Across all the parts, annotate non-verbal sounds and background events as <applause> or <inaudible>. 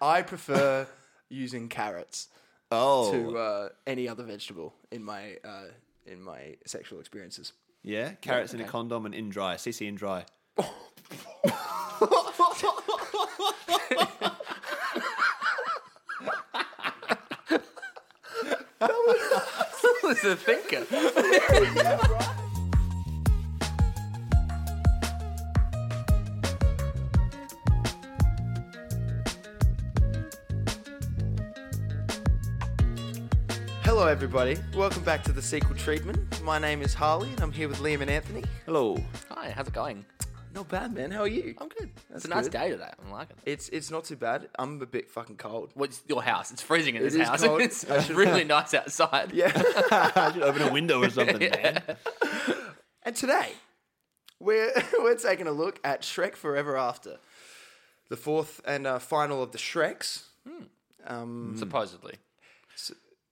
I prefer using carrots Oh, to uh, any other vegetable in my uh, in my sexual experiences. yeah, carrots in a okay. condom and in dry, CC in dry. was a thinker. Hello, everybody. Welcome back to the sequel treatment. My name is Harley, and I'm here with Liam and Anthony. Hello. Hi, how's it going? Not bad, man. How are you? I'm good. That's it's a nice good. day today. I'm liking it. It's it's not too bad. I'm a bit fucking cold. What's your house? It's freezing in It this is house. cold. <laughs> It's I should- really nice outside. Yeah. I should open a window or something, man. And today, we're, <laughs> we're taking a look at Shrek Forever After, the fourth and uh, final of the Shreks. Um, <laughs> Supposedly.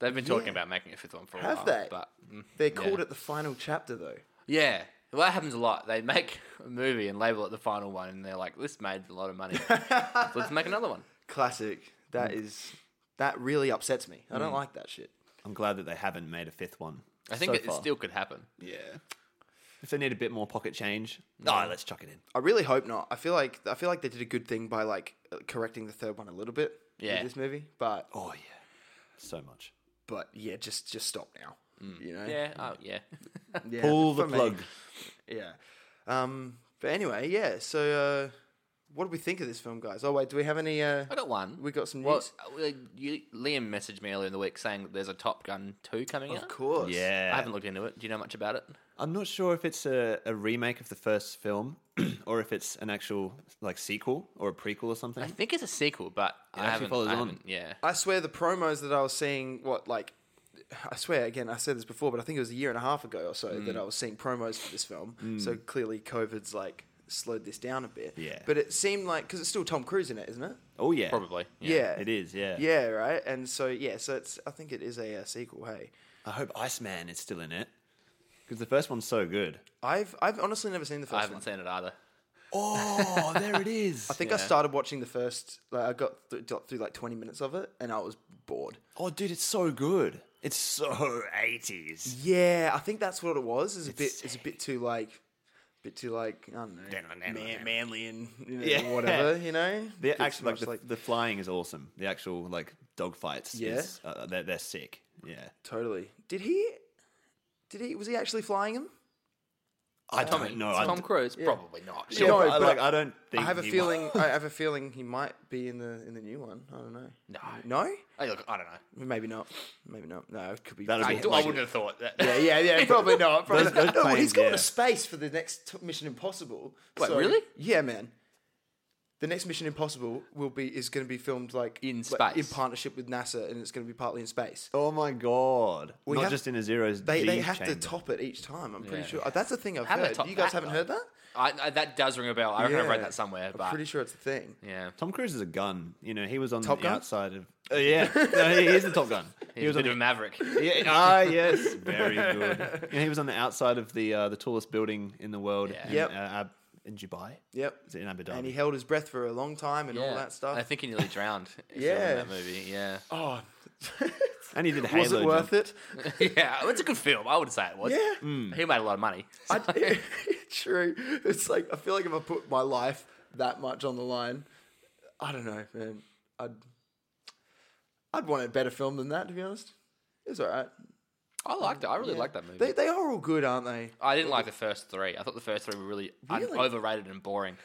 They've been talking about making a fifth one for a Have while. they? But mm, they called yeah. it the final chapter, though. Yeah. Well, that happens a lot. They make <laughs> a movie and label it the final one, and they're like, this made a lot of money. Let's make another one. Classic. Mm. That is that really upsets me. I don't like that shit. I'm glad that they haven't made a fifth one. I think so it, it far. still could happen. Yeah. If they need a bit more pocket change, no, let's chuck it in. I really hope not. I feel like I feel like they did a good thing by like uh, correcting the third one a little bit. with Yeah. this movie, but Oh yeah, so much. but yeah, just just stop now. You know, Yeah. Oh, yeah. Yeah, Mm. Pull the for me. plug. <laughs> Yeah. Um. But anyway, yeah. So, uh, what do we think of this film, guys? Oh wait, do we have any? Uh, I got one. we got some Well, news. uh, you, Liam messaged me earlier in the week saying that there's a Top Gun 2 coming out. Of course. Yeah. I haven't looked into it. Do you know much about it? I'm not sure if it's a, a remake of the first film <clears throat> or if it's an actual like sequel or a prequel or something. I <laughs> think it's a sequel, but I actually haven't. follows I on. haven't- Yeah. I swear the promos that I was seeing, what like, I swear again, I said this before, but I think it was a year and a half ago or so that I was seeing promos for this film. So clearly, COVID's like slowed this down a bit. Yeah. But it seemed like because it's still Tom Cruise in it, isn't it? oh yeah, Probably. Yeah. It is, yeah. Yeah. Right. And so yeah, so it's I think it is a, uh sequel. Hey, I hope Iceman is still in it because the first one's so good. I've I've honestly never seen the first I one. haven't seen it either. Oh, there it is. <laughs> I think I Yeah. started watching the first. Like, I got th- got through like twenty minutes of it, and I was bored. Oh, dude, it's so good. It's so <laughs> eighties. Yeah, I think that's what it was. It's a bit. It's a bit too like, bit too like I don't know, Dun-dun-dun-dun. man, manly and you know, Yeah. <laughs> whatever. You know, Bit The too actual like much, the, the flying is awesome. The actual like dogfights. Yeah. is, uh, they're they're sick. Yeah, totally. Did he? Did he? Was he actually flying him? I Tommy, don't know. Tom I, don't- Cruise, probably not. yeah, No, but I, but like I- I don't. Think I have a he- feeling. I have a feeling he might be in the in the new one. I don't know. No. No, Hey, look, I don't know. maybe not. Maybe not. No, it could be. That'll I, be do- I like- wouldn't have thought that. Yeah, yeah, <laughs> yeah. Probably not. Probably Those- not. those No, well, he's planes, going yeah. to space for the next t- Mission Impossible. Wait, really? Yeah, man. The next Mission Impossible will be is going to be filmed like In like, in space. partnership with NASA, and it's going to be partly in space. Oh my god! We Not have- just in a zero's. They, G they have chamber. to top it each time. I'm pretty Yeah. sure Uh, that's the thing I've How do they heard. top You guys that, haven't though? heard that? I, I, that does ring a bell. I reckon I read Yeah. that somewhere, but I'm pretty sure it's a thing. yeah, Tom Cruise is a gun. You know, he was on Top the Gun? outside of. Oh yeah, <laughs> no, he, he's the Top <laughs> Gun. He he's was a on bit the of a maverick. <laughs> Yeah, ah, yes, <laughs> very good. Yeah, he was on the outside of the uh, the tallest building in the world. Yeah. In, Yep. uh, Ab- in Dubai. Yep. Is it in Abu Dhabi? And he held his breath for a long time and all Yeah. that stuff. I think he nearly drowned. if Yeah. you remember that movie. Yeah, <laughs> oh, <laughs> And he did Halo. was it worth it? yeah, it's a good film. I would say it was. Yeah. Hmm. he made a lot of money. I, <laughs> true. It's like I feel like if I put my life that much on the line, I don't know, man. I'd I'd want a better film than that, to be honest. It's all right. I liked it. I really liked that movie. They they are all good, aren't they? I didn't like the first three. I thought the first three were really, un- Really? overrated and boring.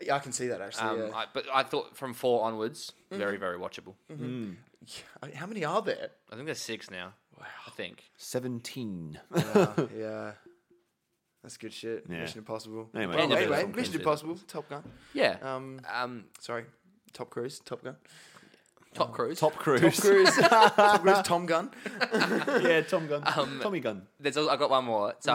Yeah, I can see that actually. Um, yeah. Mm-hmm. I, but I thought from four onwards, very, very watchable. I- How many are <laughs> there? I think there's six now. Wow. I think. Seventeen. yeah. That's good shit. Yeah. Mission Impossible. Anyway, Well, End of it, anyway Tom Cruise Mission did. Impossible, Top Gun. Yeah. Um, Um, sorry, Top Cruise, Top Gun. Top Cruise. Top Cruise. Top Cruise, Top Cruise, <laughs> Tom Gun. yeah, Tom <laughs> Gun. Tommy Gun. There's also, I've got one more. So,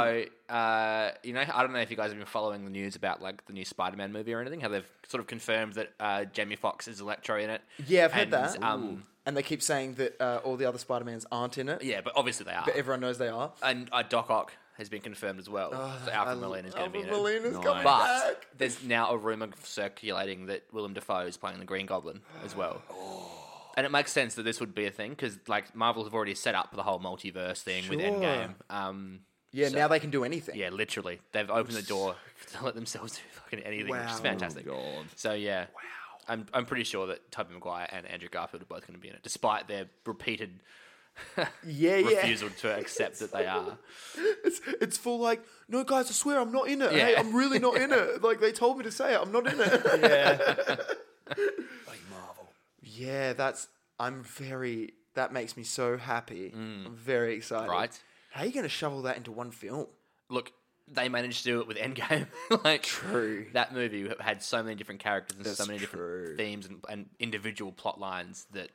uh, you know, I don't know if you guys have been following the news about like the new Spider-Man movie or anything. How they've sort of confirmed that uh, Jamie Foxx is Electro in it. Yeah, I've heard and, that. Um, and they keep saying that uh, all the other Spider Mans aren't in it, yeah, but obviously they are. but everyone knows they are. and uh, Doc Ock has been confirmed as well. so Alfred Molina is going to be in it. coming But there's now a rumor circulating that Willem Dafoe is playing the Green Goblin as well. Oh. and it makes sense that this would be a thing because like Marvel have already set up the whole multiverse thing with Sure. Endgame. Um, Yeah, now they can do anything. yeah, literally, they've opened <laughs> the door to let themselves do fucking anything, which Wow. Oh, is fantastic. Oh, So yeah, wow. I'm I'm pretty sure that Tobey Maguire and Andrew Garfield are both going to be in it, despite their repeated yeah, yeah. refusal to accept that they are. <laughs> It's it's full like, no guys, I swear I'm not in it. Hey, Yeah. I'm really not in it. Like they told me to say it, I'm not in <laughs> it. Like Marvel. yeah, that's I'm very that makes me so happy. I'm very excited. Mm. Right. How are you gonna shovel that into one film? Look, they managed to do it with Endgame. <laughs> like True. that movie had so many different characters and so That's many true. different themes and, and individual plot lines that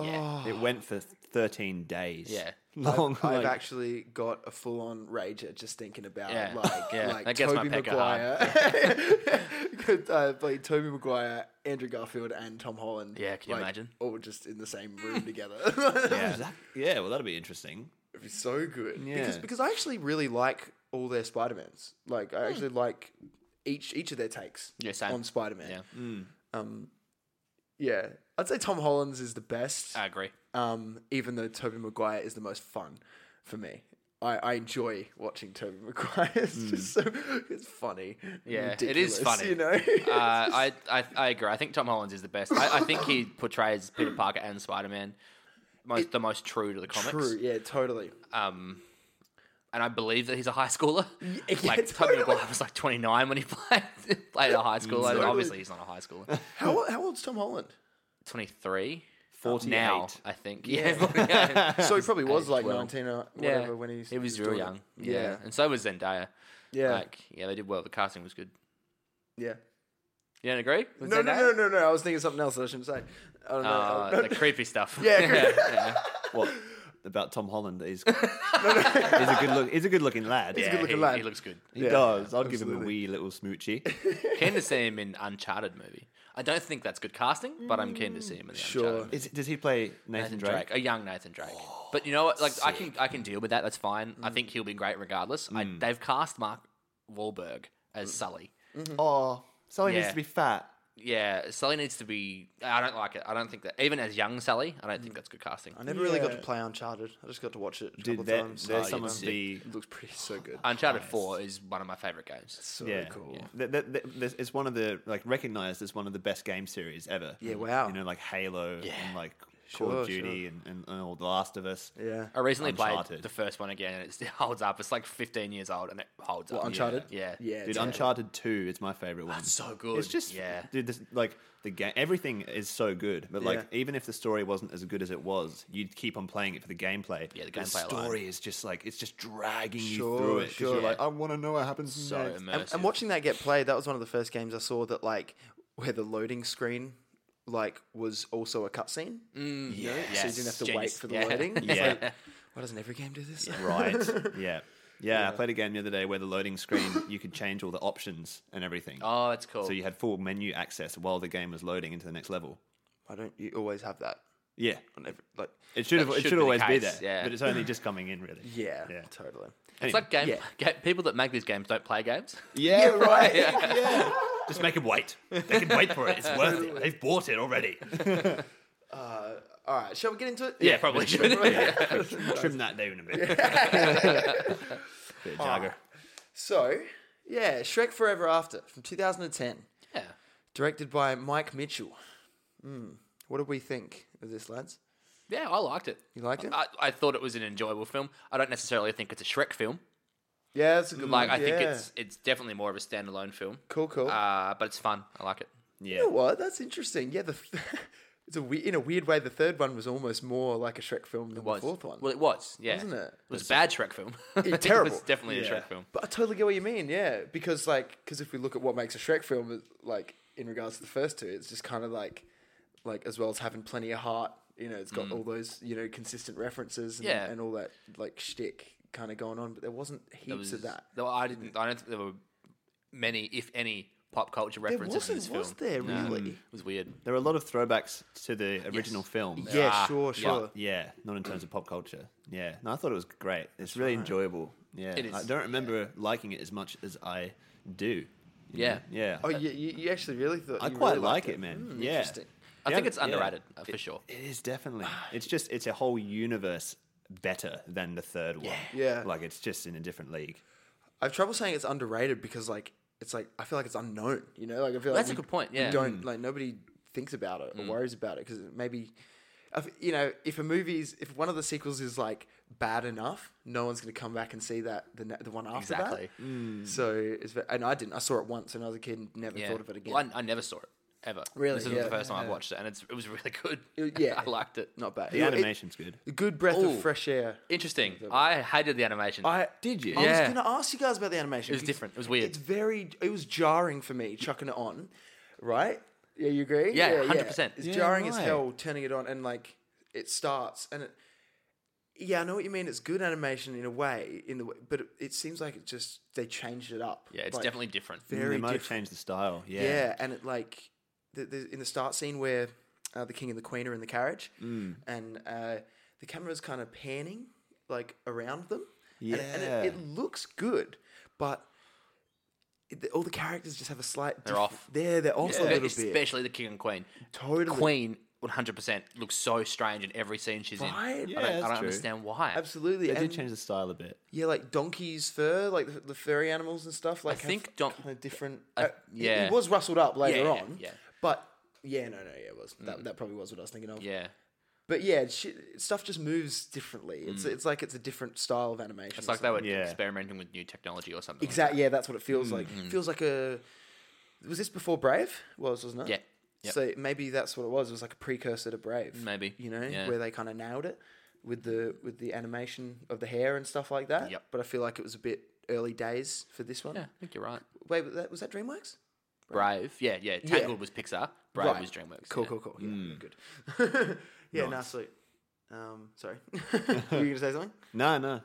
yeah, Oh, It went for 13 days. Yeah. <laughs> <laughs> Long. I've like- actually got a full on rager just thinking about Yeah, like <laughs> yeah, like that gets my Toby pecker Maguire. <laughs> Good, uh, like Toby Maguire, Andrew Garfield and Tom Holland. Yeah, can you like, imagine? All just in the same <laughs> room together. yeah. that- yeah, well, that'll be interesting. <laughs> It'd be so good. Because Yeah. because I actually really like all their Spider Mans. Like I actually like each each of their takes Hmm. Yeah, same. on Spider Man. yeah, Mm, Um yeah. I'd say Tom Holland's is the best. I agree. Um, even though Toby Maguire is the most fun for me. I, I enjoy watching Toby <laughs> Maguire. It's just so it's funny. and Yeah, it is ridiculous, funny. You know? Uh, <laughs> I, I I agree. I think Tom Holland is the best. I, I think he portrays Peter Parker and Spider Man most the most true to the comics. True, yeah, totally. Um, and I believe that he's a high schooler. <laughs> yeah, like totally. Tobey Maguire was like 29 when he <laughs> played played a high schooler. Totally. Obviously, he's not a high schooler. How old, how old's Tom Holland? 23. 48. Uh, Now, I think. <laughs> Yeah. So he probably was like well. nineteen or whatever yeah. when he's he was his real daughter- young. Yeah. And so was Zendaya. Yeah. Like, yeah, they did well. The casting was good. yeah. You don't agree? With No, no, Zendaya? no, no, no. I was thinking of something else that I shouldn't say. I don't know. Uh, No, the creepy stuff. <laughs> Yeah, What? About Tom Holland. <laughs> He's, he's a good look. He's a good looking lad. He's a good-looking he, lad. He looks good. He <laughs> Yeah, does. I'll give him a absolutely. wee little smoochie. <laughs> Keen to see him in Uncharted movie. I don't think that's good casting, but I'm keen to see him in the Sure. Oh, Uncharted movie. Is, does he play Nathan, Nathan Drake? Drake, a young Nathan Drake. but you know what? Like I can I can deal with that. That's fine. Mm. I think he'll be great regardless. I, they've cast Mark Wahlberg Mm. as Sully. Mm-hmm. Oh, Sully Yeah. needs to be fat. Yeah, Sully needs to be. I don't like it. I don't think that even as young Sully, I don't think that's good casting. Mm. I never really got to yeah. play Uncharted. I just got to watch it a Did couple that, times. there's Oh, some yeah, of Ah, sick. the It looks pretty so good. Uncharted Four is one of my favorite games. so yeah, cool. yeah. Th- th- th- this- it's one of the like recognized as one of the best game series ever. Yeah, wow. You know, like Halo and like Call Sure, of Duty and, and, and all The Last of Us. Yeah. I recently played Uncharted. the first one again, and it still <laughs> holds up. It's like 15 years old, and it holds up. Uncharted? Yeah. Yeah. Dude, it's- Uncharted Two is my favorite one. It's so good. It's just yeah. dude. This, like the game, everything is so good. But like, Yeah. even if the story wasn't as good as it was, you'd keep on playing it for the gameplay. Yeah, the But gameplay alone. story is just like it's just dragging Sure, you through it. 'cause sure. You're like, I want to know what happens So next. immersive. And, and watching that get played, that was one of the first games I saw that like where the loading screen like was also a cutscene. Mm, yeah. So you yes. didn't have to wait Genius. for the Yeah. loading. <laughs> It's Yeah. like, why doesn't every game do this? Right. yeah. yeah. I played a game the other day where the loading screen you could change all the options and everything. Oh, that's cool. So you had full menu access while the game was loading into the next level. <laughs> Why don't you always have that Yeah. on every like It should have, it That should should, be the always be there. case, yeah. But it's only just coming in <laughs> really. yeah, Yeah. totally. it's like game, yeah. ga- people that make these games don't <laughs> play games. Yeah, right. Yeah. Just make them wait. They can wait for it. It's worth it. They've bought it already. All right, shall we get into it? <laughs> <laughs> Yeah, probably should. Trim that down a bit. <laughs> bit of jagger. So, yeah, Shrek Forever After from 2010, yeah. directed by Mike Mitchell. Hmm, What did we think of this, lads? Yeah, I liked it. You liked it? I, I thought it was an enjoyable film. I don't necessarily think it's a Shrek film. yeah, that's a good Like, I one. think Mm, Yeah. it's it's definitely more of a standalone film. cool, cool. Uh, but it's fun. I like it. Yeah. you know what? That's interesting. Yeah, the th- <laughs> it's a we- in a weird way. The third one was almost more like a Shrek film than the Was. fourth one. Well, it was. Yeah, Wasn't it? was a bad <laughs> Shrek film. <laughs> it terrible. was definitely Yeah. a Shrek film. But I totally get what you mean, yeah. Because like, because if we look at what makes a Shrek film, it- like in regards to the first two, it's just kind of like, like as well as having plenty of heart. You know, it's got all those you know consistent references and, Mm. Yeah. and all that like shtick kind of going on. But there wasn't heaps It was, of that. Though I didn't. I don't think there were many, if any, pop culture There references in wasn't, this film. was there No, really? It was weird. There are a lot of throwbacks to the original film. Yeah, Ah, sure, yeah. sure. Yeah, not in terms of pop culture. Yeah, no, I thought it was great. It's really enjoyable. Yeah, It I is, don't remember liking it as much as I do. you Yeah. know? yeah. Oh, I, you, you, you actually really thought I you quite really liked like it, man. Hmm, yeah, Interesting. I think Yeah, it's yeah. underrated uh, for sure. It is definitely. It's just it's a whole universe better than the third one. Yeah. Like it's just in a different league. I have trouble saying it's underrated because like it's like I feel like it's unknown. You know, like I feel like That's a we- good point, we yeah. Mm. don't like nobody thinks about it or worries about it because maybe, if, you know, if a movie's if one of the sequels is like bad enough, no one's going to come back and see that the ne- the one after Exactly. that. So it's ve- and I didn't. I saw it once when I was a kid and never Yeah. thought of it again. Well, I, I never saw it ever. Really? This is Yeah. the first time I watched it, and it's, it was really good. <laughs> It- yeah. I liked it. Not bad. The It- it- animation's good. good breath Ooh. of fresh air. Interesting. I hated the animation. I Did you? I Yeah. was going to ask you guys about the animation. It was because different. It was weird. It's very. It was jarring for me chucking it on, right? Yeah, you agree? Yeah, 100%. It's Yeah, jarring as right. hell turning it on and like it starts and it. Yeah, I know what you mean. It's good animation in a way, in the way, but it, it seems like it just they changed it up. yeah, it's like, definitely different. very they might have different. changed the style. Yeah. Yeah. and it like the, the, in the start scene where uh, the king and the queen are in the carriage, Mm. and uh, the camera's kind of panning like around them. and it- and, Yeah. it, it looks good, but it, all the characters just have a slight. They're off. They're they're off a Espe- little bit. Especially the king and queen. Totally. Queen, 100%, looks so strange in every scene she's Right? in. Yeah, I don't, that's I don't true. understand why. Absolutely, They and did change the style a bit. yeah, like donkeys' fur, like the, the furry animals and stuff. Like think don- kind of different. I- uh, he- yeah. he was rustled up later yeah, on. yeah. Mm. but yeah, no, no, yeah, it was that, that probably was what I was thinking of. Yeah. But yeah, shit, stuff just moves differently. It's it's like it's a different style of animation. Mm. It's like they were Yeah. experimenting with new technology or something. like exactly. Yeah, that's what it feels like. Mm. It feels like a. Was this before Brave? Was wasn't it? Yeah. Yep. So maybe that's what it was. It was like a precursor to Brave. Maybe. you know Yeah. where they kind of nailed it with the with the animation of the hair and stuff like that. Yep. But I feel like it was a bit early days for this one. that. Yeah, I think you're right. Wait, was that, was that DreamWorks? Brave. Yeah, yeah. Tangled was Pixar. Brave Right. was DreamWorks. Cool, yeah. Mm. cool, cool. Yeah, good. <laughs> yeah, nice. sweet. Um, sorry, <laughs> were you gonna say something? No, no.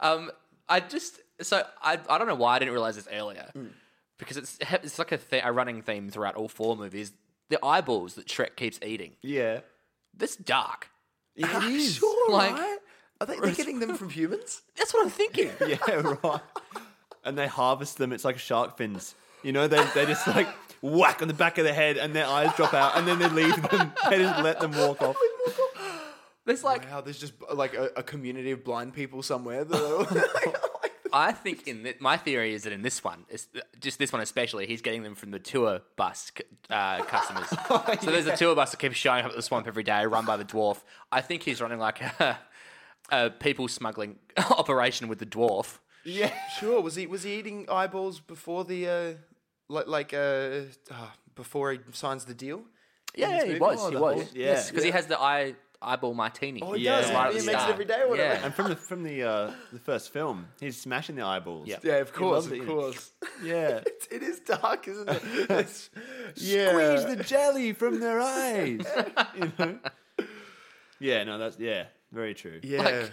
Um, I just so I I don't know why I didn't realize this earlier Mm. because it's it's like a, th- a running theme throughout all four movies. The eyeballs that Shrek keeps eating. Yeah. That's dark. It is. Ah, Sure, Like- right? Are they they're getting them from humans? That's what I'm thinking. <laughs> Yeah, right. and they harvest them. It's like shark fins. You know, they, they just like whack on the back of the head and their eyes drop out and then they leave them. <laughs> They just let them walk off. There's like Wow, there's just <laughs> like a, a community of blind people somewhere. That are all <laughs> like, I think in th- my theory is that in this one, it's, just this one especially, he's getting them from the tour bus c- <laughs> uh, customers. so there's a tour bus that keeps showing up at the swamp every day, run by the dwarf. I think he's running like a, a people smuggling <laughs> operation with the dwarf. Yeah. sure, was he was he eating eyeballs before the uh, like like uh, ah, before he signs the deal? Yeah, this he movie? was. Oh, he the was. whole- Yes, because he yeah. has the eye eyeball martini. Oh, he Yeah. does. Right Yeah, at he the makes it start. every day. Or whatever. Yeah. And from the from the uh, the first film, he's smashing the eyeballs. Yeah. Yeah, of He course, loves of eating it. course. <laughs> Yeah. <laughs> It's, it is dark, isn't <laughs> it? It's, yeah. Squeeze the jelly from their eyes. <laughs> you know? Yeah, no, that's yeah, very true. yeah. Like-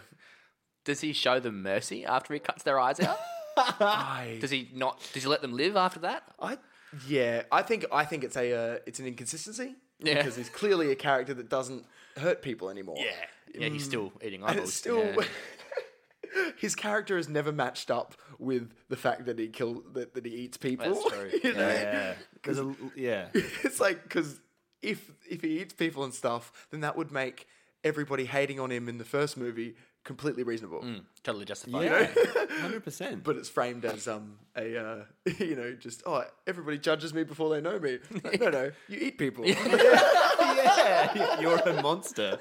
Does he show them mercy after he cuts their <laughs> eyes out? I, does he not? Does he let them live after that? I yeah, I think I think it's a uh, it's an inconsistency. Yeah. Because he's clearly a character that doesn't hurt people anymore. yeah. He's still eating And eyeballs. Mm. <laughs> it's still yeah. <laughs> his character is never matched up with the fact that he kill that, that he eats people. That's true. <laughs> you know? Yeah. There's a, <laughs> yeah. It's like because if if he eats people and stuff, then that would make everybody hating on him in the first movie completely reasonable. Mm. totally justified. Yeah. 100%. But it's framed as um a uh, <laughs> you know just oh everybody judges me before they know me. Like, no, no, you eat <laughs> people. <laughs> yeah, <laughs> you're a monster.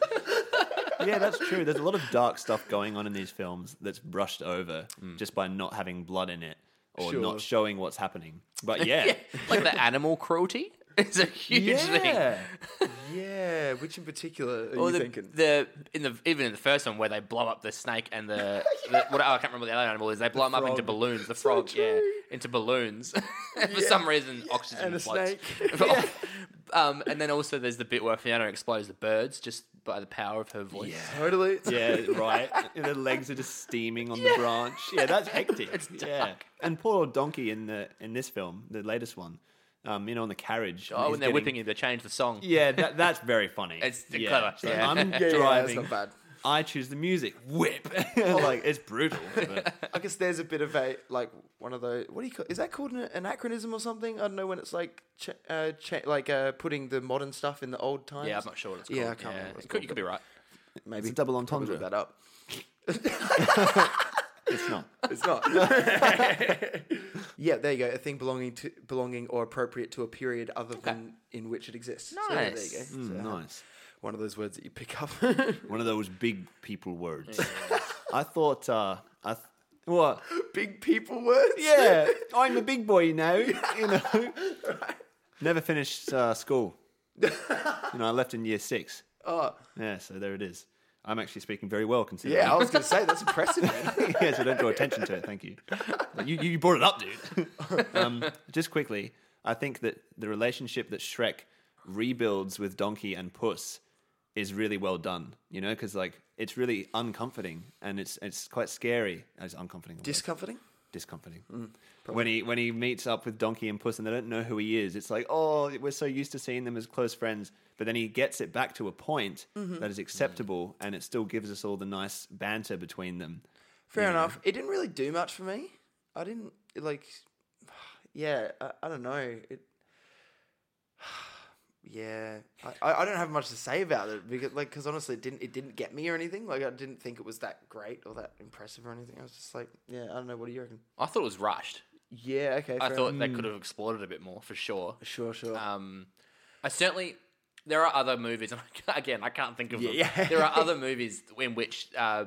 Yeah, that's true. There's a lot of dark stuff going on in these films that's brushed over just by not having blood in it or Sure. not showing what's happening. <laughs> But yeah, Yeah, like the animal cruelty is a huge thing. yeah, which in particular are Or you the, thinking? the in the even in the first one where they blow up the snake and the, the what oh, I can't remember what the other animal is they blow them up into frog. balloons the frog yeah true. into balloons <laughs> for some reason oxygen and a floats. <laughs> snake. But- um, and then also there's the bit where Fiona explodes the birds just by the power of her voice Totally. Yeah, <laughs> right. And the legs are just steaming on the branch. Yeah, <laughs> that's hectic. It's Yeah. dark. And poor old donkey in the in this film, the latest one, um, you know, on the carriage. and oh he's when they're getting- whipping you they change the song Yeah, that, that's very funny. It's yeah. clever. So Yeah. I'm <laughs> <laughs> Yeah, Yeah, yeah, that's driving. not bad. I choose the music. Whip. <laughs> like it's brutal. But I guess there's a bit of a like one of those. What do you call? Is that called an anachronism or something? I don't know when it's like ch- uh, ch- like uh, putting the modern stuff in the old times. Yeah, I'm not sure what it's called. Yeah, I can't remember what it's you could- you could called, be right. Maybe it's a double Probably entendre. look that up. It's <laughs> not. It's <laughs> not. <laughs> yeah, there you go. A thing belonging to belonging or appropriate to a period other than in which it exists. So there you Nice. go. Mm, nice. One of those words that you pick up. <laughs> One of those big people words. <laughs> I thought. Uh, I th- what? Big people words. <laughs> Yeah, I'm a big boy now. You know. Never finished <laughs> uh, school. You know, I left in year six. Oh, Yeah, so there it is. I'm actually speaking very well, considering. <laughs> yeah. I was going to say that's impressive. Man. <laughs> yeah, so don't draw attention to it. Thank you. But You, you brought it up, <laughs> dude. um, just quickly, I think that the relationship that Shrek rebuilds with Donkey and Puss is really well done. You know, because like it's really uncomforting and it's it's quite scary. It's uncomforting. a word Discomforting. discomforting. when he when he meets up with Donkey and Puss and they don't know who he is, it's like, oh, we're so used to seeing them as close friends. But then he gets it back to a point that is acceptable, and it still gives us all the nice banter between them. Fair enough. It didn't really do much for me. I didn't like. <sighs> Yeah, I, I don't know. It. <sighs> Yeah, I- I, I don't have much to say about it because like because honestly, it didn't it didn't get me or anything. Like I didn't think it was that great or that impressive or anything. I was just like, yeah, I don't know. What do you reckon? I thought it was rushed. Yeah, okay. I fair Mm. thought enough. they could have explored it a bit more for sure. sure, sure. Um, I certainly there are other movies, and <laughs> I, again, I can't think of them. yeah. There are <laughs> other movies in which uh,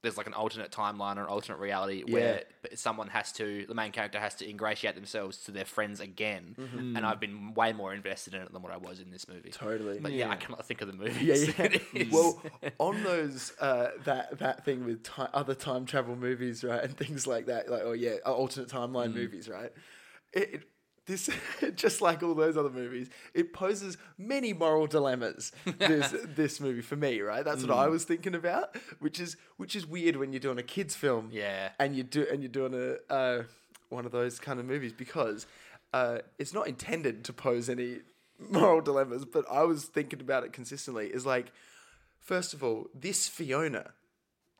there's like an alternate timeline or alternate reality where someone has to, the main character has to ingratiate themselves to their friends again, Mm-hmm. and I've been way more invested in it than what I was in this movie. Totally. But yeah, I cannot think of the <laughs> movie. <laughs> Yeah, yeah. <laughs> well, on those uh, that that thing with ti other time travel movies, right, and things like that, like oh yeah, uh, alternate timeline movies, right? It, it- this <laughs> just like all those other movies, it poses many moral dilemmas. This this movie for me, right? That's what I was thinking about, which is which is weird when you're doing a kids film, Yeah. and you do and you're doing a uh, one of those kind of movies because uh, it's not intended to pose any <laughs> moral dilemmas. But I was thinking about it consistently. Is like, first of all, this Fiona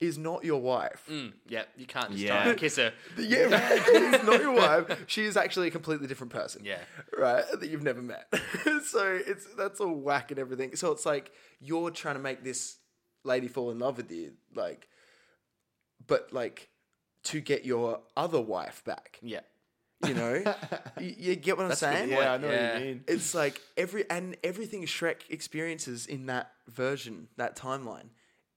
is not your wife. Mm. hmm, yeah, you can't just Yeah. try and kiss her. <laughs> Yeah, right. she's not your wife. She is actually a completely different person. Yeah. right. That you've never met. <laughs> so it's that's all whack and everything. So it's like you're trying to make this lady fall in love with you, like, but like to get your other wife back. <laughs> Yeah. You know, you, you get what I'm saying? Yeah, I know Yeah. what you mean. It's like every and everything Shrek experiences in that version, that timeline,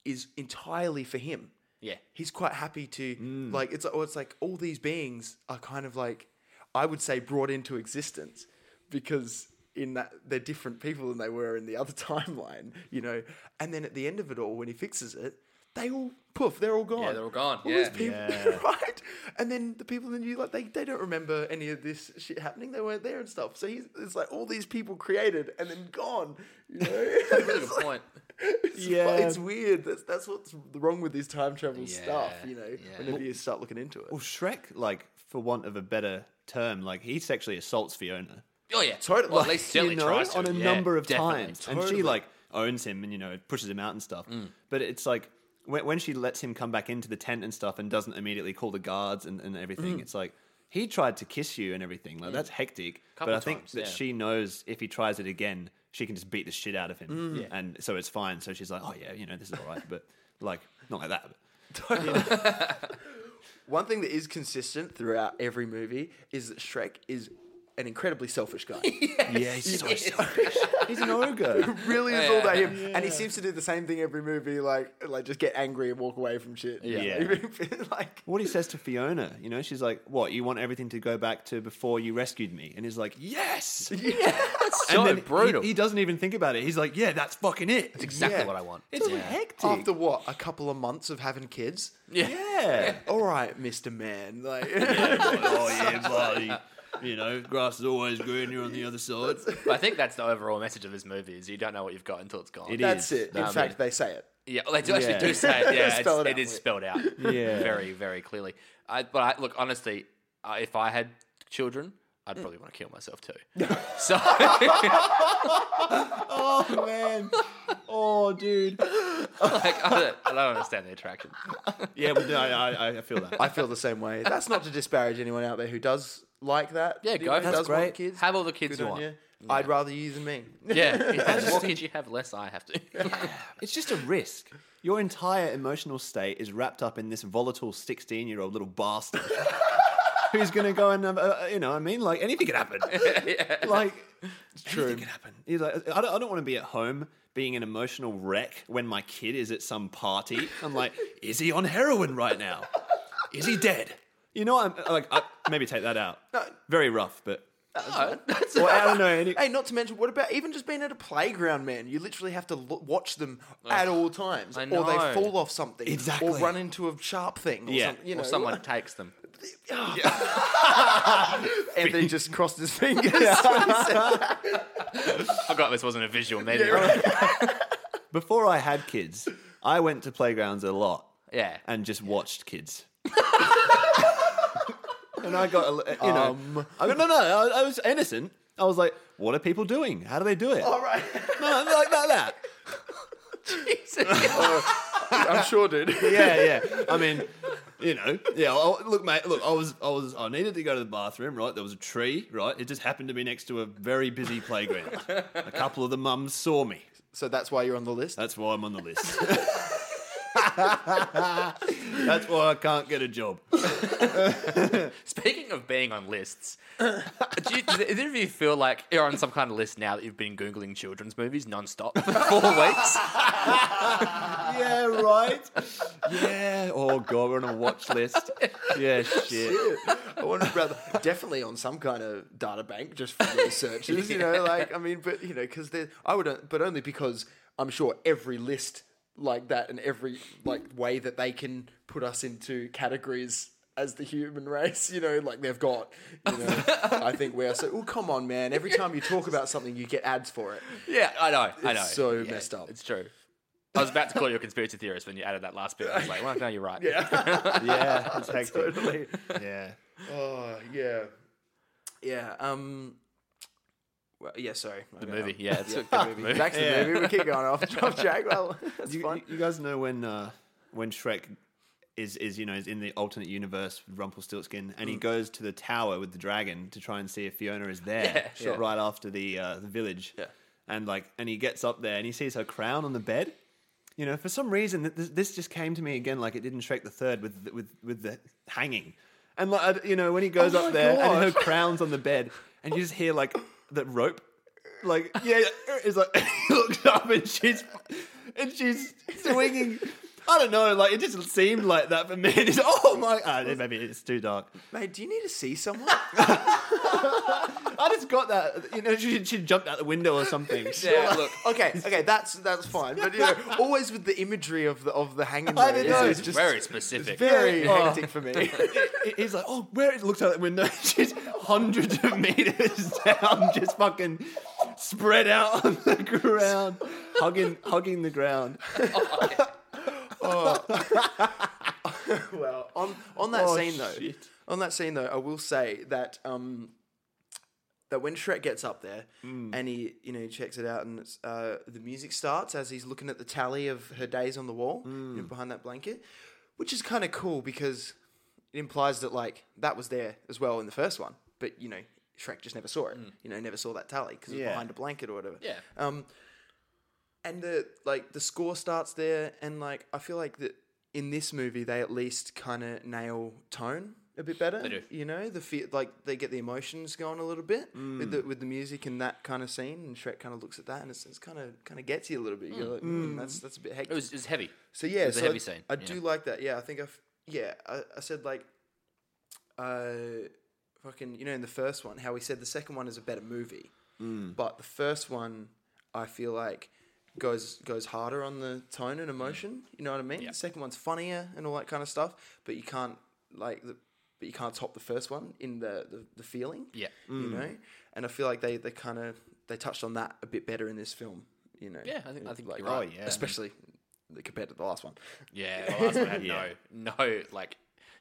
is entirely for him Yeah. Mm. he's quite happy to like it's or it's like all these beings are kind of like I would say brought into existence because in that they're different people than they were in the other <laughs> timeline, you know. And then at the end of it all, when he fixes it, they all poof, they're all gone. they're all gone, All these yeah. people, Yeah. right? And then the people in you like they, they don't remember any of this shit happening. They weren't there and stuff. So he's it's like all these people created and then gone. You know, <laughs> Really It's good like- point. it's, fu- Yeah. it's weird. That's that's what's wrong with this time travel stuff. Yeah, You know, yeah. whenever you start looking into it, <laughs> Well, Shrek, like for want of a better term, like he sexually assaults Fiona. Oh yeah, Totally. Well, at least certainly you know, tries to on a Yeah, number of definitely. times, and she like owns him and you know pushes him out and stuff. Mm. But it's like when, when she lets him come back into the tent and stuff, and doesn't immediately call the guards and, and everything. Mm. It's like he tried to kiss you and everything. Like that's hectic. Couple but I think times, that yeah. she knows if he tries it again, she can just beat the shit out of him, Mm. and so it's fine. So she's like, oh yeah, you know this is all right, but like not like that. <laughs> <laughs> one thing that is consistent throughout every movie is that Shrek is an incredibly selfish guy. yeah, he's so selfish. <laughs> he's an <laughs> ogre. really is all Yeah. that him, and he seems to do the same thing every movie. Like like just get angry and walk away from shit. Yeah. <laughs> like what he says to Fiona, you know, she's like, "What? You want everything to go back to before you rescued me?" And he's like, <laughs> "Yes." That's so and then brutal. He, he doesn't even think about it. He's like, "Yeah, that's fucking it." It's, exactly Yeah. what I want. it's yeah. hectic. after what a couple of months of having kids. Yeah. yeah. All right, Mister Man. Like oh <laughs> yeah, buddy. You know, grass is always greener on the other side. But I think that's the overall message of this movie: is you don't know what you've got until it's gone. It <laughs> that's is. it. In Nah, fact, they say it. Yeah, well, they do actually Yeah. do say it. Yeah, Spell it's, it it out is for you. spelled out. Yeah. very, very clearly. I, but I, look, honestly, uh, if I had children, I'd probably want to kill myself too. so <laughs> Oh man. Oh dude. Like, I don't, I don't understand the attraction. Yeah, but no, I, I- I feel that. I feel the same way. That's not to disparage anyone out there who does like that. Yeah, who go for it. does That's want great. kids. Have all the kids Good you on want. you. I'd rather you than me. <laughs> Yeah, yeah. the more kids you have, less I have to. <laughs> It's just a risk. Your entire emotional state is wrapped up in this volatile 16 year old little bastard who's going to go and, um, uh, you know, I mean, like anything could happen. Like, anything could happen. He's like, I don't, I don't want to be at home being an emotional wreck when my kid is at some party. I'm like, is he on heroin right now? Is he dead? You know, I'm like, I, maybe take that out. Very rough, but. Well, I don't know. Any, Hey, not to mention, what about even just being at a playground, man? You literally have to lo- watch them at all times, I or they know. fall off something, or Exactly. run into a sharp thing, or Yeah. something. You know, Or someone takes them. Anthony just crossed his <laughs> fingers. I forgot this wasn't a visual media. Yeah, before I had kids, I went to playgrounds a lot and just watched kids. <laughs> and I got, a li- you know, Um, "Um, I mean, no, no, I, I was innocent. I was like, what are people doing? How do they do it? all right, No, no, like that, that. I'm sure, dude. <laughs> Yeah, yeah. I mean, you know, yeah. I, look, mate. Look, I was, I was, I needed to go to the bathroom. Right, there was a tree. Right, it just happened to be next to a very busy playground. a couple of the mums saw me. So that's why you're on the <laughs> list. That's why I'm on the list. <laughs> That's why I can't get a job. Speaking of being <laughs> on lists, do, you, do either of you feel like you're on some kind of list now that you've been Googling children's movies <laughs> nonstop for four weeks? <laughs> Yeah, right. Yeah. Oh god, we're on a watch list. <laughs> Yeah, shit. I wonder if rather definitely on some kind of data bank just for researchers, you know, like I mean, but you know, because there, I would, but only because I'm sure every list like that and every like way that they can put us into categories as the human race, you know, like they've got, you know, I think we're so. Oh, come on, man! Every time you talk about something, you get ads for it. Yeah, I know. I know. It's so Yeah, messed up. It's true. I was about to call you a conspiracy theorist when you added that last bit. I was like, well, no, you're right. <laughs> Yeah. Yeah, <laughs> it's hectic. Yeah. Oh yeah, yeah. Um. Well, yeah. Sorry, the Movie. Yeah, it's a good movie. Back to the Yeah. movie. We keep going off, <laughs> off track. Well, that's You, fine. you- you guys know when uh, when Shrek is is you know is in the alternate universe with Rumpelstiltskin and he goes to the tower with the dragon to try and see if Fiona is there Yeah, sure. right after the uh, the village. Yeah. And like and he gets up there and he sees her crown on the bed. You know, for some reason th- this, this just came to me again like it did in Shrek the 3rd with the- with with the hanging. And like I- you know when he goes Oh my up there and <laughs> her gosh. crown's on the bed and you just hear like the rope like yeah, yeah, it's like <laughs> he looks up and she's and she's swinging. I don't know, like it just seemed like that for me. <laughs> It's, oh my, ah, maybe it's too dark. Mate, do you need to see <laughs> someone? I just got that, you know, she, she jumped out the window or <laughs> something. Yeah, look. okay, okay, that's that's fine. But you know, always with the imagery of the of the <laughs> hanging I man, don't know. it's just Very specific. very Oh. hectic for me. <laughs> He- He's like, oh, where? It looks out that window. She's hundreds of meters <laughs> down, just fucking spread out on the ground, hugging, hugging the ground. well, on on that Oh, scene though, shit. on that scene though, I will say that um that when Shrek gets up there Mm. and he you know he checks it out and it's, uh, the music starts as he's looking at the tally of her days on the wall Mm. you know, behind that blanket, which is kind of cool because it implies that like that was there as well in the first one, but you know Shrek just never saw it. You know, never saw that tally because it Mm. Yeah. was behind a blanket or whatever. Yeah. Um, and the like the score starts there, and like I feel like that in this movie they at least kind of nail tone a bit better. They do. You know, the fe- like they get the emotions going a little bit with the with the music and that kind of scene, and Shrek kind of looks at that, and it's, it's kind of kind of gets you a little bit. You're like, "Mm, that's that's a bit hectic. It was, it was heavy. So yeah, was a so heavy I, scene, I yeah. do like that. Yeah, I think I've yeah. I, I said like, uh, fucking you know in the first one how we said the second one is a better movie, Mm. but the first one I feel like goes goes harder on the tone and emotion. Mm. You know what I mean? The second one's funnier and all that kind of stuff, but you can't like the. But you can't top the first one in the, the, the feeling. Yeah. You know? And I feel like they, they kind of they touched on that a bit better in this film, you know. Yeah, I think- I think like you're right. Oh, yeah. especially compared to the last <laughs> one. Yeah, well, that's what I had Yeah. no, no, like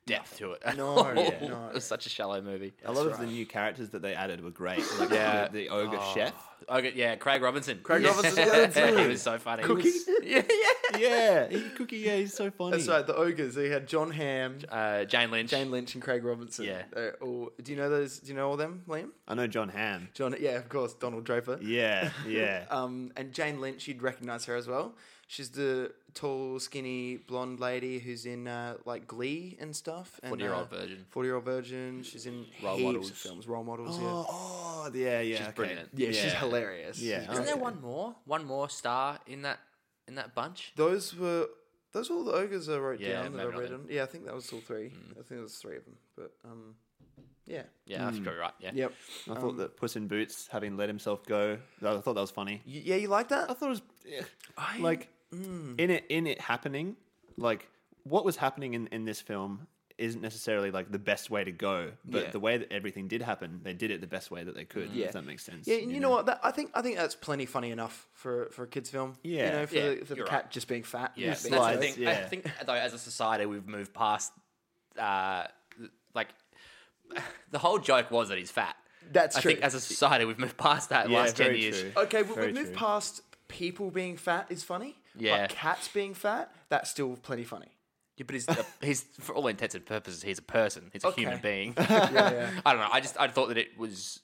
depth to it. at No, all. <laughs> yeah, no. it was such a shallow movie. A lot of the new characters that they added were great. Like Yeah. the, the ogre chef. Okay, yeah, Craig Robinson. Craig yeah. Robinson's going through. <laughs> he was so funny. Cookie? <laughs> Yeah, yeah. yeah, he, Cookie. Yeah, he's so funny. That's right, the ogres. They had John Hamm, Uh, Jane Lynch. Jane Lynch, and Craig Robinson. Yeah. They're all- do you know those? Do you know all them, Liam? I know John Hamm. John, yeah, of course, Donald Draper. Yeah, <laughs> yeah. Um, and Jane Lynch, you'd recognize her as well. She's the tall, skinny, blonde lady who's in uh, like Glee and stuff. and, 40-year-old uh, virgin. Forty-year-old virgin. She's in Role heaps models. of films. Role models. oh, oh, yeah, yeah. She's okay. brilliant. yeah. yeah, she's yeah. hilarious. Yeah. She's Isn't great. there one more? One more star in that in that bunch? Those were those were all the ogres I wrote Yeah, down that I maybe not Hmm. read then. on. Yeah, I think that was all three. I think it was three of them. But um, yeah, Yeah, I think you're right. Yeah. yep. I thought that Puss in Boots having let himself go. I thought that was funny. Y- yeah, you like I that? thought it was yeah. like mm. in it in it happening. Like what was happening in in this film isn't necessarily like the best way to go, but Yeah. Mm. the way that everything did happen, they did it the best way that they could. Yeah. if that makes sense. Yeah, and you, know, what? That, I think I think that's plenty funny enough for for a kids film. you Yeah. know, for Yeah, the, for the you're cat just being fat. Yeah, and that's being the slides, gross. thing. I yeah. think though, as a society, we've moved past, uh, like, <laughs> the whole joke was that he's fat. That's I true. think as a society, we've moved past that in the Yeah, last ten very years. true. Okay, we, Very we move true. past people being fat is funny. Yeah. But cats being fat, that's still plenty funny. Yeah, but he's, a, he's for all intents and purposes, he's a person. He's a human Okay. being. Yeah, yeah. I don't know. I just I thought that it was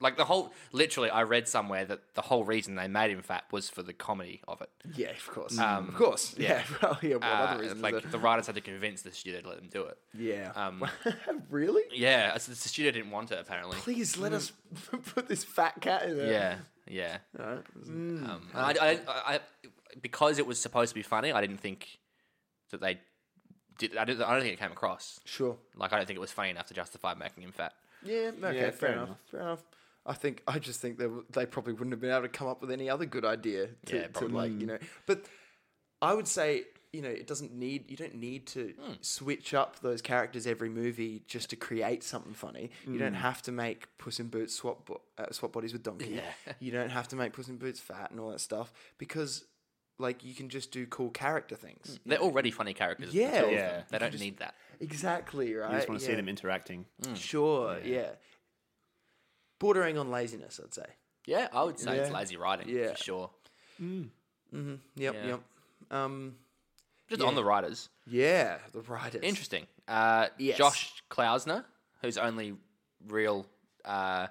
like the whole. Literally, I read somewhere that the whole reason they made him fat was for the comedy of it. yeah, of course. of course. Yeah. <laughs> Well, yeah, what Um, Uh, other reason? is like there? the writers had to convince the studio to let them do it. yeah. <laughs> um, really? Yeah, it's- the studio didn't want it apparently. Please let us <laughs> put this fat cat in there. Mm. Yeah, yeah. Alright. Hmm. Um, and I, I, I, because it was supposed to be funny, I didn't think that they did. I, didn't, I don't think it came across. Sure. Like I don't think it was funny enough to justify making him fat. Yeah. Okay. fair fair, enough. enough. Fair enough. I think I just think they w- they probably wouldn't have been able to come up with any other good idea to, Yeah, to probably. like you know. But I would say you know it doesn't need you don't need to switch up those characters every movie just to create something funny. You don't have to make Puss in Boots swap bo- uh, swap bodies with Donkey. Yeah. <laughs> You don't have to make Puss in Boots fat and all that stuff because like you can just do cool character things. They're already funny characters. the Yeah. two of Yeah. them. they don't need that. Exactly right. I just want to see Uh, yeah. Mm. them interacting. Sure, yeah. Bordering on laziness, I'd say. Yeah, I would say it's Yeah. lazy writing Yeah. for sure. Yep, Yeah. yep. Um, Just on the writers. yeah, the writers. Interesting. Uh, Yes. Josh Klausner, whose only real uh,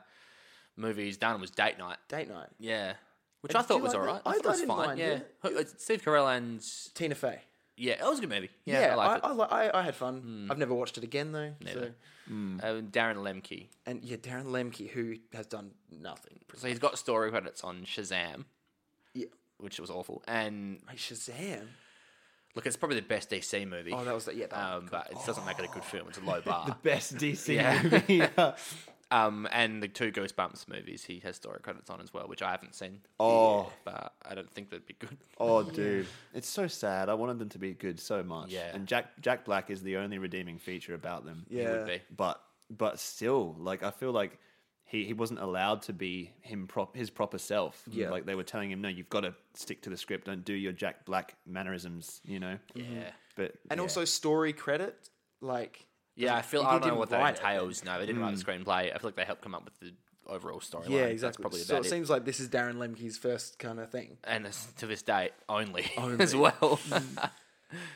movie he's done was Date Night. Date night. Yeah. Which And I did thought you was like that? alright. I thought it was didn't fine. mind yeah. it. Who- it's Steve Carell and Tina Fey. yeah, it was a good movie. Yeah, Yeah, I liked I, I, li- I, I had fun. I've never watched it again though. So. Neither. it. Um, Darren Lemke. And yeah, Darren Lemke, who has done nothing. So he's got story credits on Shazam, Yeah, which was awful, and Wait, Shazam. look, it's probably the best DC movie. Oh, that was that. Yeah, that um, but it doesn't make it a good film. It's <laughs> a low bar. Best <laughs> DC Yeah. movie. Um, and the two Goosebumps movies he has story credits on as well, which I haven't seen. Oh. but I don't think that'd be good. <laughs> Oh, dude, it's so sad. I wanted them to be good so much. Yeah. and Jack Jack Black is the only redeeming feature about them. yeah. Would be. but but still, like I feel like he, he wasn't allowed to be him prop his proper self. Yeah. like they were telling him, no, you've got to stick to the script. Don't do your Jack Black mannerisms. You know. Mm-hmm. Yeah. But And yeah. also story credit, like Yeah, I feel he I don't didn't know what that write it. Hmm. entails. No, they didn't write the screenplay. I feel like they helped come up with the overall storyline. yeah, That's exactly. probably so about it it. seems like this is Darren Lemke's first kind of thing. and this, to this day, only, <laughs> Only. <laughs> as well.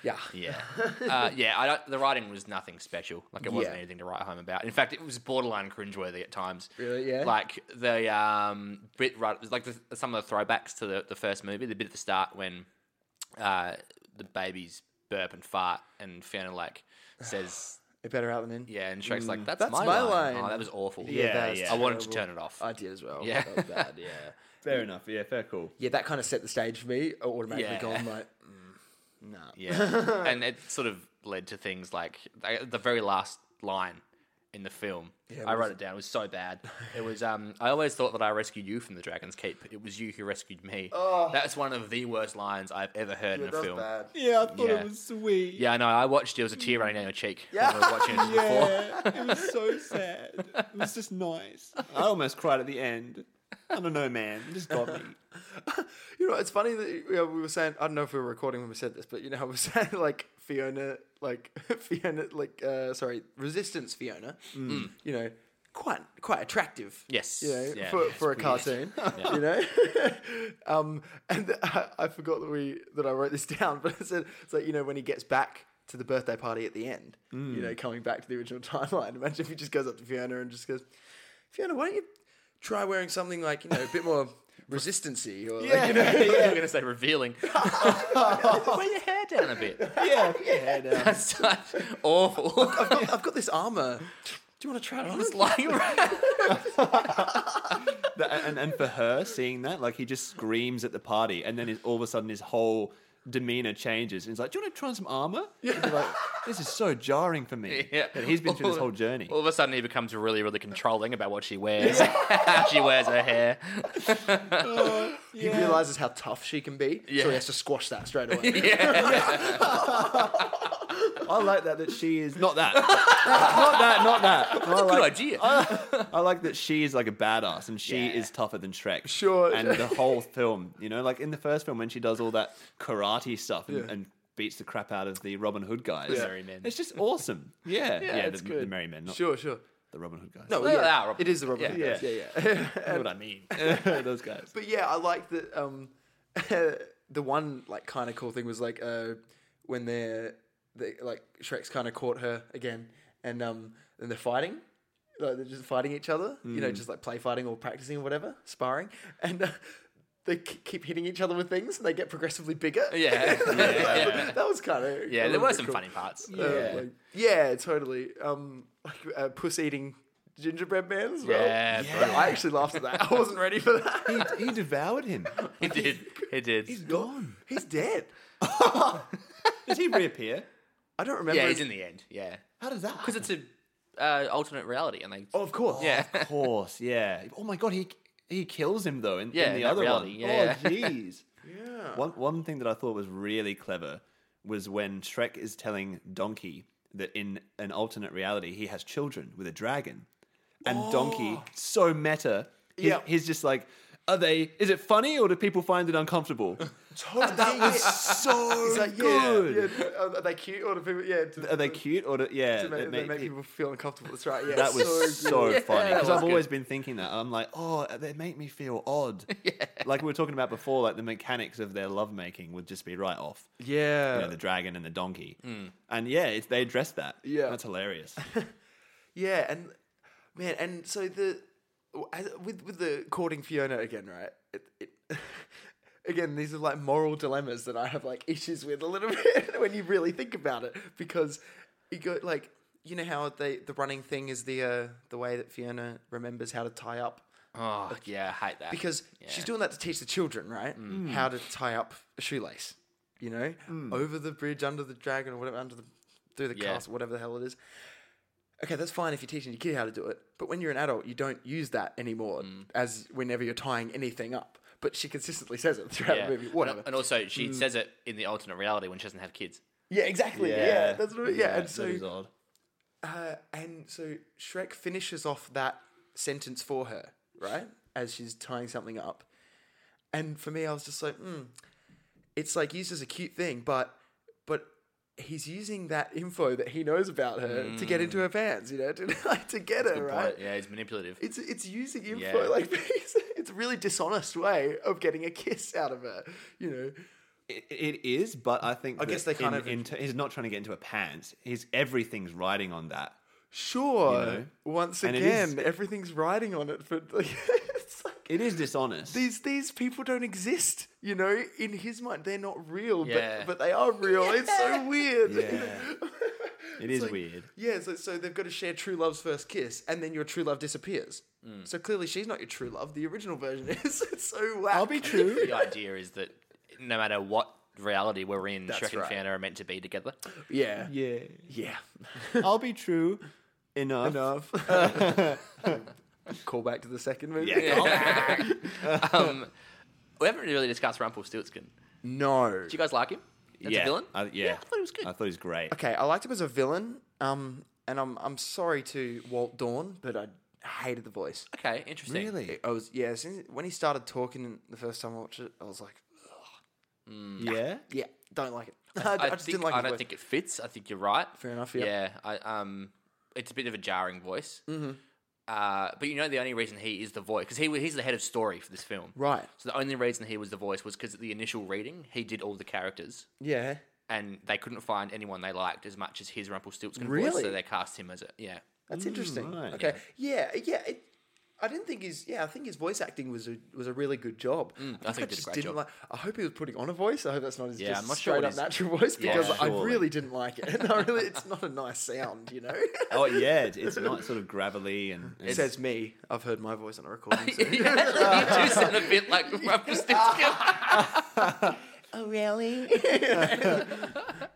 Yeah, yeah, uh, yeah. I don't, the writing was nothing special. Like it wasn't Yeah. anything to write home about. In fact, it was borderline cringeworthy at times. Really? Yeah? Like the um, bit right, like the, some of the throwbacks to the, the first movie. The bit at the start when uh, the babies burp and fart, and Fiona like says. it better out than in. Yeah, and Shrek's like, "That's, Mm. That's my, my line." line. Oh, that was awful. Yeah, that's yeah. I wanted to turn terrible. it off. I did as well. Yeah. That was <laughs> bad. Yeah. fair enough. Yeah, fair call. yeah, that kind of set the stage for me. I automatically Yeah. gone like, mm, nah. Yeah, <laughs> and it sort of led to things like the- the very last line in the film. Yeah, I what wrote it down. It was <laughs> so bad. It was. Um, I always thought that I rescued you from the Dragon's Keep. It was you who rescued me. Oh. That's one of the worst lines I've ever heard in a film. Yeah, I thought it Yeah. was sweet. Yeah, I know. I watched it. It was a tear running down your cheek. Yeah, we were watching <laughs> it <laughs> before. <laughs> it was so sad. It was just nice. I almost cried at the end. I don't know, man. It just got me. You know, it's funny that you know, we were saying. I don't know if we were recording when we said this, but you know, how we were <laughs> saying like <laughs> Fiona, like Fiona, like uh, sorry, Resistance Fiona. You know, quite quite attractive. Mm. Yes. you know, Yeah, for, yeah, for a it's <laughs> cartoon, you know. <laughs> um, and <laughs> I, I forgot that we that I wrote this <laughs> down, but it said it's like you know when he gets back to the birthday party at the end, Mm. you know, coming back to the original <laughs> timeline. Imagine if he just goes up to Fiona and just goes, Fiona, why don't you try wearing something like you know a bit more <laughs> resistancy or like, you know, I thought you were going to <laughs> say revealing. <laughs> Wear your hair down a bit. <laughs> Yeah, yeah. <laughs> That's such awful. <laughs> I've got, I've got this armor. Do you want to try it on? Just <laughs> lying around. That- and, and for her, seeing that, like he just screams at the party, and then his, all of a sudden his whole demeanor changes. And he's like, "Do you want to try on some armor?" Yeah. like, "This is so jarring for me." <laughs> <laughs> Yeah. That he's been through this whole journey. All of a sudden, he becomes really, really controlling about what she wears, <laughs> how she wears her <laughs> hair. He realizes how tough she can be, so Yeah. he has to squash that straight away. <laughs> <laughs> I like that that she is not that, <laughs> not that, not that. I Good like, idea. "Ah." I like that she is like a badass, and she Yeah. is tougher than Shrek. Sure. And the whole film, you know, like in the first film when she does all that karate stuff and, Yeah. and beats the crap out of the Robin Hood guys. The merry men. It's just awesome. Yeah, yeah, it's the, good. the merry men, not Sure, sure. the Robin Hood guys. No, Well, yeah, yeah, Robin it is the Robin. Yeah. Yeah, yeah, yeah. <laughs> You know what I mean. <laughs> Those guys. but yeah, I like that. Um, <laughs> the one like kind of cool thing was like uh, when they're they, like Shrek's kind of caught her again, and um, and they're fighting. Like they're just fighting each other, you Mm. know, just like play fighting or practicing or whatever, sparring, and uh, they k- keep hitting each other with things, and they get progressively bigger. <laughs> Yeah. Yeah. that was kind of Yeah, there were some funny parts. yeah. Yeah. Uh, like, yeah, totally. Um, like uh, puss eating gingerbread man as well. Yeah, But I actually laughed at <laughs> that. I wasn't ready for that. He, he devoured him. He did. He did. He's gone. He's dead. Does he reappear? I don't remember. Yeah, he's his- in the end. Yeah, How does that? because it's a uh, alternate reality, and like, oh, of course. yeah, Of course, yeah. Oh my god, he he kills him though in, in Yeah, in the that other reality, one. yeah. Oh jeez. Yeah. One one thing that I thought was really clever was when Shrek is telling Donkey that in an alternate reality he has children with a dragon, and Donkey so meta. He's, Yeah. he's just like, are they? Is it funny or do people find it uncomfortable? Totally. that yeah, was so yeah. He's like, good. yeah, yeah. Are are they cute or do people? Yeah. do- Are they cute or do, yeah? do they- it they made- make, people feel uncomfortable. That's right. <laughs> Yeah. that was good. so funny that because was I've always been thinking that I'm like, oh, they make me feel odd. Like we were talking about before, like the mechanics of their lovemaking would just be right off. Yeah. You know, the dragon and the donkey, and yeah, it's, they addressed that. Yeah. that's hilarious. Yeah, and man, and so the as, with with the courting Fiona again, right? It, it, <laughs> again, these are like moral dilemmas that I have like issues with a little <laughs> bit when you really think about it, because you go like you know how they the running thing is the uh, the way that Fiona remembers how to tie up oh yeah, I hate that because she's doing that to teach the children, right? How to tie up a shoelace, you know, over the bridge, under the dragon, or whatever, under the through the Yeah. castle, whatever the hell it is. Okay, that's fine if you're teaching your kid how to do it, but when you're an adult, you don't use that anymore as whenever you're tying anything up. But she consistently says it throughout yeah. the movie. And- Whatever. Mm. And, also, she says it in the alternate reality when she doesn't have kids. yeah, exactly. <laughs> Yeah, that's what. I- Yeah, yeah and that so is odd. Uh, and so Shrek finishes off that sentence for her, right? As she's tying something up. And for me, I was just like, hmm, it's like used as a cute thing, but but he's using that info that he knows about her to get Mm. into her pants, you know, to, <laughs> like, to get her, right? Right? Yeah, he's manipulative. It's it's using info <laughs> Yeah. like this. It's a really dishonest way of getting a kiss out of her, you know. It, it is, but I think I guess they kind of- he's not trying to get into a pants. He's everything's riding on that. Sure. know? Once And it is- again, everything's riding on it for <laughs> it's like It is dishonest. these these people don't exist, you know, in his mind. They're not real, Yeah. but but they are real. It's so weird. yeah, it is like- weird. <laughs> Yeah, so, so they've got to share true love's first kiss, and then your true love disappears. So clearly, she's not your true love. The original version <laughs> is. It's so whack. I'll be true. <laughs> the idea is that no matter what reality we're in, Shrek and right. Fiona are meant to be together. Yeah. Yeah. Yeah. I'll be true enough. Enough. Call back to the second movie. <laughs> um, we haven't really discussed Rumpelstiltskin. Do <laughs> No. you guys like him? As yeah. a villain? I, yeah. I thought he was good. I thought he was great. Okay, I liked him as a villain. Um, and I'm I'm sorry to Walt Dawn, but I hated the voice. Okay, interesting. Really? I was yeah. As soon as, when he started talking the first time I watched it, I was like, Yeah. yeah, don't like it. I, <laughs> I, just think, didn't like. I his don't voice. think it fits. I think you're right. Fair enough, yeah. Mm-hmm. Yeah. I, um, it's a bit of a jarring voice. Uh, but you know the only reason he is the voice because he wa- he's the head of story for this film. Right. So the only reason he was the voice was because at the initial reading he did all the characters Yeah. and they couldn't find anyone they liked as much as his Rumpelstiltskin voice, Really? so they cast him as a <laughs> yeah. <laughs> That's interesting. right. Okay. Yeah. Yeah. it, I didn't think his. Yeah, I think his voice acting was a was a really good job. Mm, I think he did a just great didn't job. like. I hope he was putting on a voice. I hope that's not his Yeah, just I'm not sure straight what up his- natural voice Yeah. because I Surely. really didn't like it. <laughs> I really, it's not a nice sound, <laughs> you know. Oh yeah, it- it's not sort of gravelly and, and It says me. I've heard my voice on a <laughs> recording. so- you do sound a bit like Rumpelstiltskin. <laughs> oh really? I,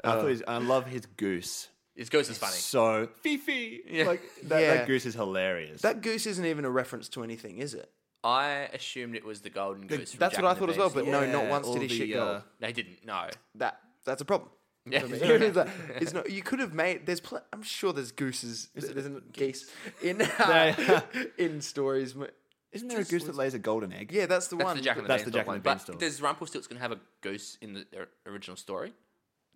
thought he's- I love his goose. his ghost is funny. So Fifi, Yeah. like that, Yeah. that goose is hilarious. that goose isn't even a reference to anything, is it? I assumed it was the golden goose. from That's Jack what I and the thought as well. But Beanstalk. no, not Yeah, once all did he the, shit gold. uh, they didn't. No, that that's a problem. Yeah. <laughs> I mean, it's like- it's not. You could have made. There's. Pl- I'm sure there's gooses. there's an, geese in uh, <laughs> in stories. m- Isn't there a goose that lays a golden egg? Yeah, that's the that's one. the Jack and the That's the Beanstalk Jack and one. the Beanstalk. But does Rumpelstiltskin have a goose in the or- original story?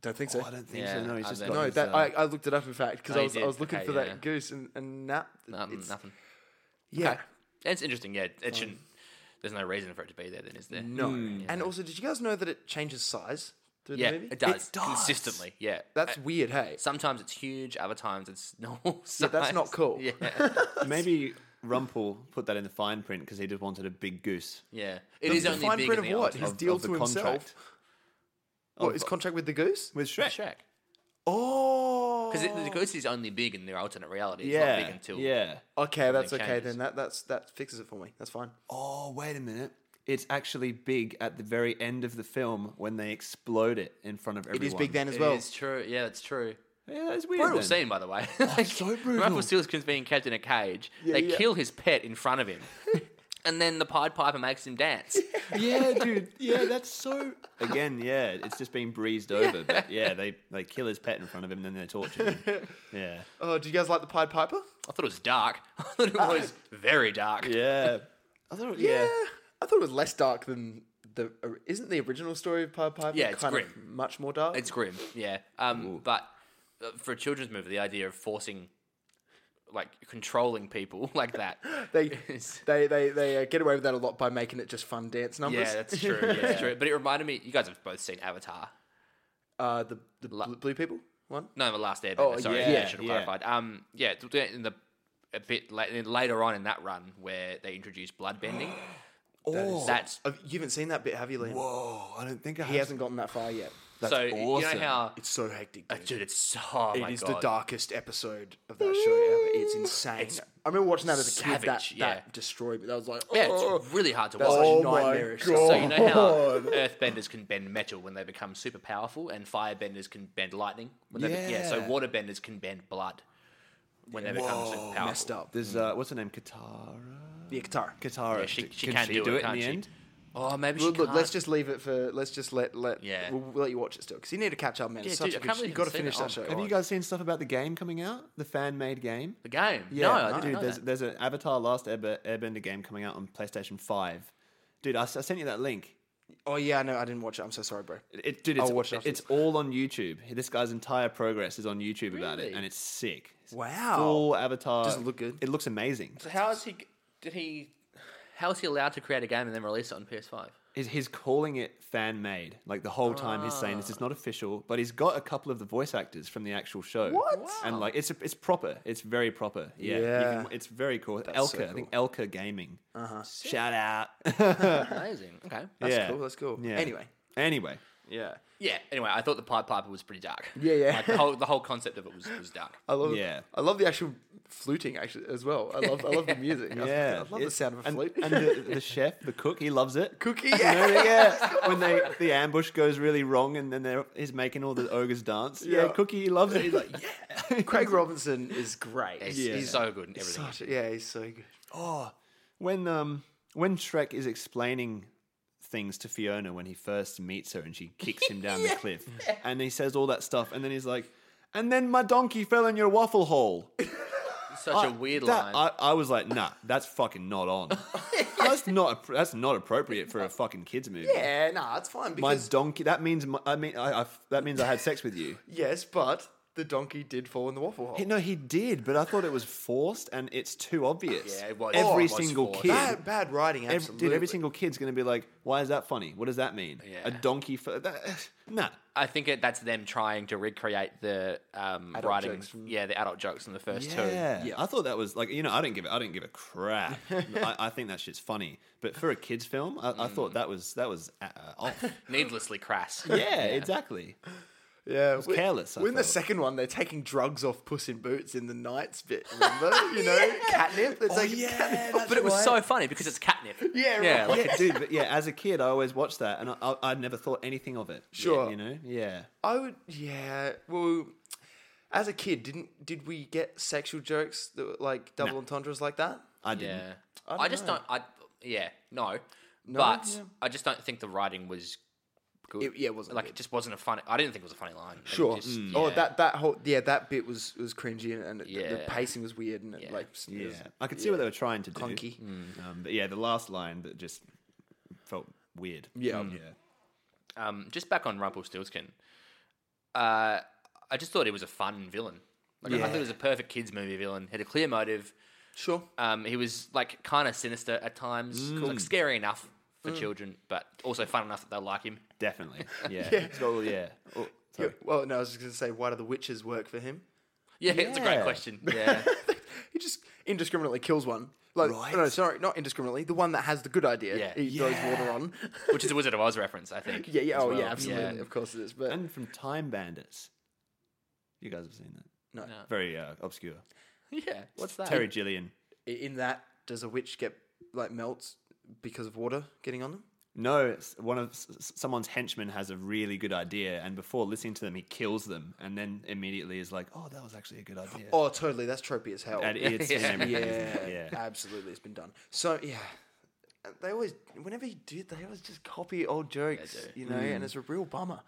Don't think so. Oh, I don't think Yeah, so. No, he's I just don't got no, his, <laughs> that uh, I, I looked it up in fact because Oh, I you was I did? was looking Okay, for yeah. that goose and and nah, Nothing. it's, Um, nothing. yeah. Okay. It's interesting. Yeah, it shouldn't. There's no reason for it to be there, then, is there? No, Yeah. and also, did you guys know that it changes size through yeah, the movie? it does, does. consistently. Yeah, That's Uh, weird. Hey, sometimes it's huge, other times it's <laughs> normal. Size. that's not cool. <laughs> <laughs> Yeah, Maybe Rumpel put that in the fine print because he just wanted a big goose. yeah. It is the only fine big print in of the what? old His time. deal of the to himself? contract what his contract with the goose? with Shrek. Shrek. Oh, Because the goose is only big in their alternate reality. It's Yeah, not big until yeah. okay, that's it okay changes. then. That that's that fixes it for me. That's fine. Oh wait a minute. It's actually big at the very end of the film when they explode it in front of It everyone. is big then as It well. is true. Yeah, that's true. Yeah, that's weird. Brutal then. scene, by the way. <laughs> like, so brutal. Rumpelstiltskin's being kept in a cage. they yeah. kill his pet in front of him, and then the Pied Piper makes him dance. Yeah, dude. Yeah, that's so. Again, yeah, it's just being breezed over. But yeah, they they kill his pet in front of him, and then they torture him. Yeah, Oh, do you guys like the Pied Piper? I thought it was dark. <laughs> I thought it was very dark. yeah. I thought, Yeah. yeah. I thought it was less dark than the. or- Isn't the original story of Pied Piper Yeah, it's kind of grim. much more dark? It's grim, yeah. Um, but uh, for a children's movie, the idea of forcing, like controlling people <laughs> like that, they, is- they they they uh, get away with that a lot by making it just fun dance numbers. yeah, that's true. Yeah, that's true. But it reminded me. You guys have both seen Avatar. <laughs> uh, the the bl- blue people one. No, the last Airbender. Oh, sorry, yeah, yeah, I should have yeah. clarified. Um, yeah, th- th- in the a bit la- later on in that run where they introduced bloodbending. oh, <gasps> that's Oh, you haven't seen that bit, have you, Liam? Whoa, I don't think I He hasn't gotten that far yet. That's so. You know how. It's so hectic. uh, Dude, it's so. Oh It my is God. the darkest episode of that show ever. It's insane. I remember watching that as a kid. That, savage, yeah. that destroyed me. That was like, Yeah, oh, it's really hard to that's watch. like my nightmarish. God. So you know how earthbenders can bend metal when they become super powerful, and firebenders can bend lightning. When They be- yeah. So Yeah. waterbenders can bend blood when they become super powerful. messed up. There's uh, what's her name? Katara. The guitar. Katara. Yeah, she- she can can she do do it, it, in can't the she? end? Oh, maybe Look, she look, can't. let's just leave it for. Let's just let let. Yeah. We'll, we'll let you watch it still because you need to catch up, man. Yeah, It's dude, such a I good. can't sh- believe You've got to I haven't finish seen that it. show. Oh, Have you guys seen stuff about the game coming out? The fan made game. the game. no, I didn't dude. know there's that. there's an Avatar Last Airb- Airbender game coming out on PlayStation Five. Dude, I, s- I sent you that link. Oh yeah, no, I didn't watch it. I'm so sorry, bro. It, it- dude, it's, I'll watch it after it's all on YouTube. This guy's entire progress is on YouTube about it, Really? and it's sick. It's Wow. Full Avatar. Does it look good? It looks amazing. So how is he? Did he? How is he allowed to create a game and then release it on PS5? He's, he's calling it fan made. Like the whole time he's saying this is not official, but he's got a couple of the voice actors from the actual show. What? And like it's it's proper. It's very proper. Yeah. You Yeah. can- it's very cool. Elka, so I think Elka Gaming. Uh-huh. Shout out. Amazing. Okay. That's Yeah. cool. That's cool. Yeah. Anyway. Anyway. Yeah. Yeah. Anyway, I thought the Pied Piper was pretty dark. Yeah, yeah. Like, the whole the whole concept of it was was dark. I love. Yeah. I love the actual fluting actually as well. I love. I love the music. I- I, <laughs> Yeah. love the It- sound of a and- flute. <laughs> And, the, <laughs> the chef, the cook, he loves it. Cookie. You know, yeah. When they the ambush goes really wrong and then they're, he's making all the ogres dance. Yeah, Yeah. Cookie, he loves it. He's like, yeah. Craig Robinson is great. It's, Yeah. it's so good and everything. Such a- yeah, he's so good. Oh, when um when Shrek is explaining things to Fiona when he first meets her and she kicks <laughs> him down the cliff and he says all that stuff and then he's like, and then my donkey fell in your waffle hole. <laughs> Such a weird That- line. I, I was like, nah, that's fucking not <laughs> on. that's not that's not appropriate for a fucking kids movie. Yeah, no, it's fine My because donkey. That means my, I mean I, I- that means I had sex with you. yes, but the donkey did fall in the waffle hole. He- <laughs> no, he did, but I thought it was forced, and it's too obvious. Yeah, it was- Every it was single forced. kid. bad, bad writing, Every, absolutely. dude, every single kid's going to be like, why is that funny? What does that mean? Yeah. A donkey for that? <sighs> Nah. I think it, that's them trying to recreate the um, Adult writing. jokes from- Yeah, the adult jokes from the first two. Yeah. I thought that was like, you know, I didn't give it, I didn't give a <laughs> crap. I, I think that shit's funny, but for a kids film, I, I thought that was that was uh, uh, off. yeah, Needlessly crass. exactly. yeah, we- careless, I When the thought. second one, they're taking drugs off Puss in Boots in the nights bit. Remember, you know, catnip. It's <laughs> like catnip. <laughs> But it was so funny because it's <laughs> catnip. Yeah, yeah. right. Like, Oh, Yeah, dude. But yeah, as a kid, I always watched that, and I, I, I never thought anything of it. Sure. you know, yeah. I would, yeah. Well, as a kid, didn't did we get sexual jokes that were like double entendres like that? I didn't. yeah. I, I don't just know. don't. I yeah. No. but yeah. I just don't think the writing was good. It- yeah, it wasn't like good. it just wasn't a funny. I didn't think it was a funny line. It just- Oh, yeah. that that whole yeah that bit was was cringy and, and it- the- the Yeah. pacing was weird and it, Yeah. like it Yeah, was I could see what they were trying to do. clunky. Um, but yeah, the last line that just felt weird. Mm. Yeah. yeah. Um, just back on Rumpelstiltskin. Uh, I just thought he was a fun villain. Like I thought he was a perfect kids movie villain. Had a clear motive. Sure. Um, he was like kind of sinister at times, like scary enough for children, but also fun enough that they'll like him. Definitely. Yeah. yeah. So, yeah. Oh, sorry. Well, no, I was just gonna say, why do the witches work for him? Yeah, it's a great Yeah. question. Yeah, <laughs> He just indiscriminately kills one. Like, Right. no, sorry, not indiscriminately. The one that has the good idea, Yeah. he throws water on. which is a Wizard of Oz reference, I think. yeah, yeah, as oh well. yeah, absolutely, of course it is. But And from Time Bandits. You guys have seen that. no, No. Very uh, obscure. Yeah, <laughs> what's that? Terry Gillian. I- in that, does a witch get like melts because of water getting on them? No, it's one of s- s- someone's henchmen has a really good idea, and before listening to them, he kills them, and then immediately is like, "Oh, that was actually a good idea." Oh, totally. That's tropey as hell. <laughs> And it's in Yeah. <laughs> everything, yeah, isn't it? yeah. absolutely. It's been done. So yeah, they always, whenever you do, it, they always just copy old jokes, do. you know, and it's a real bummer.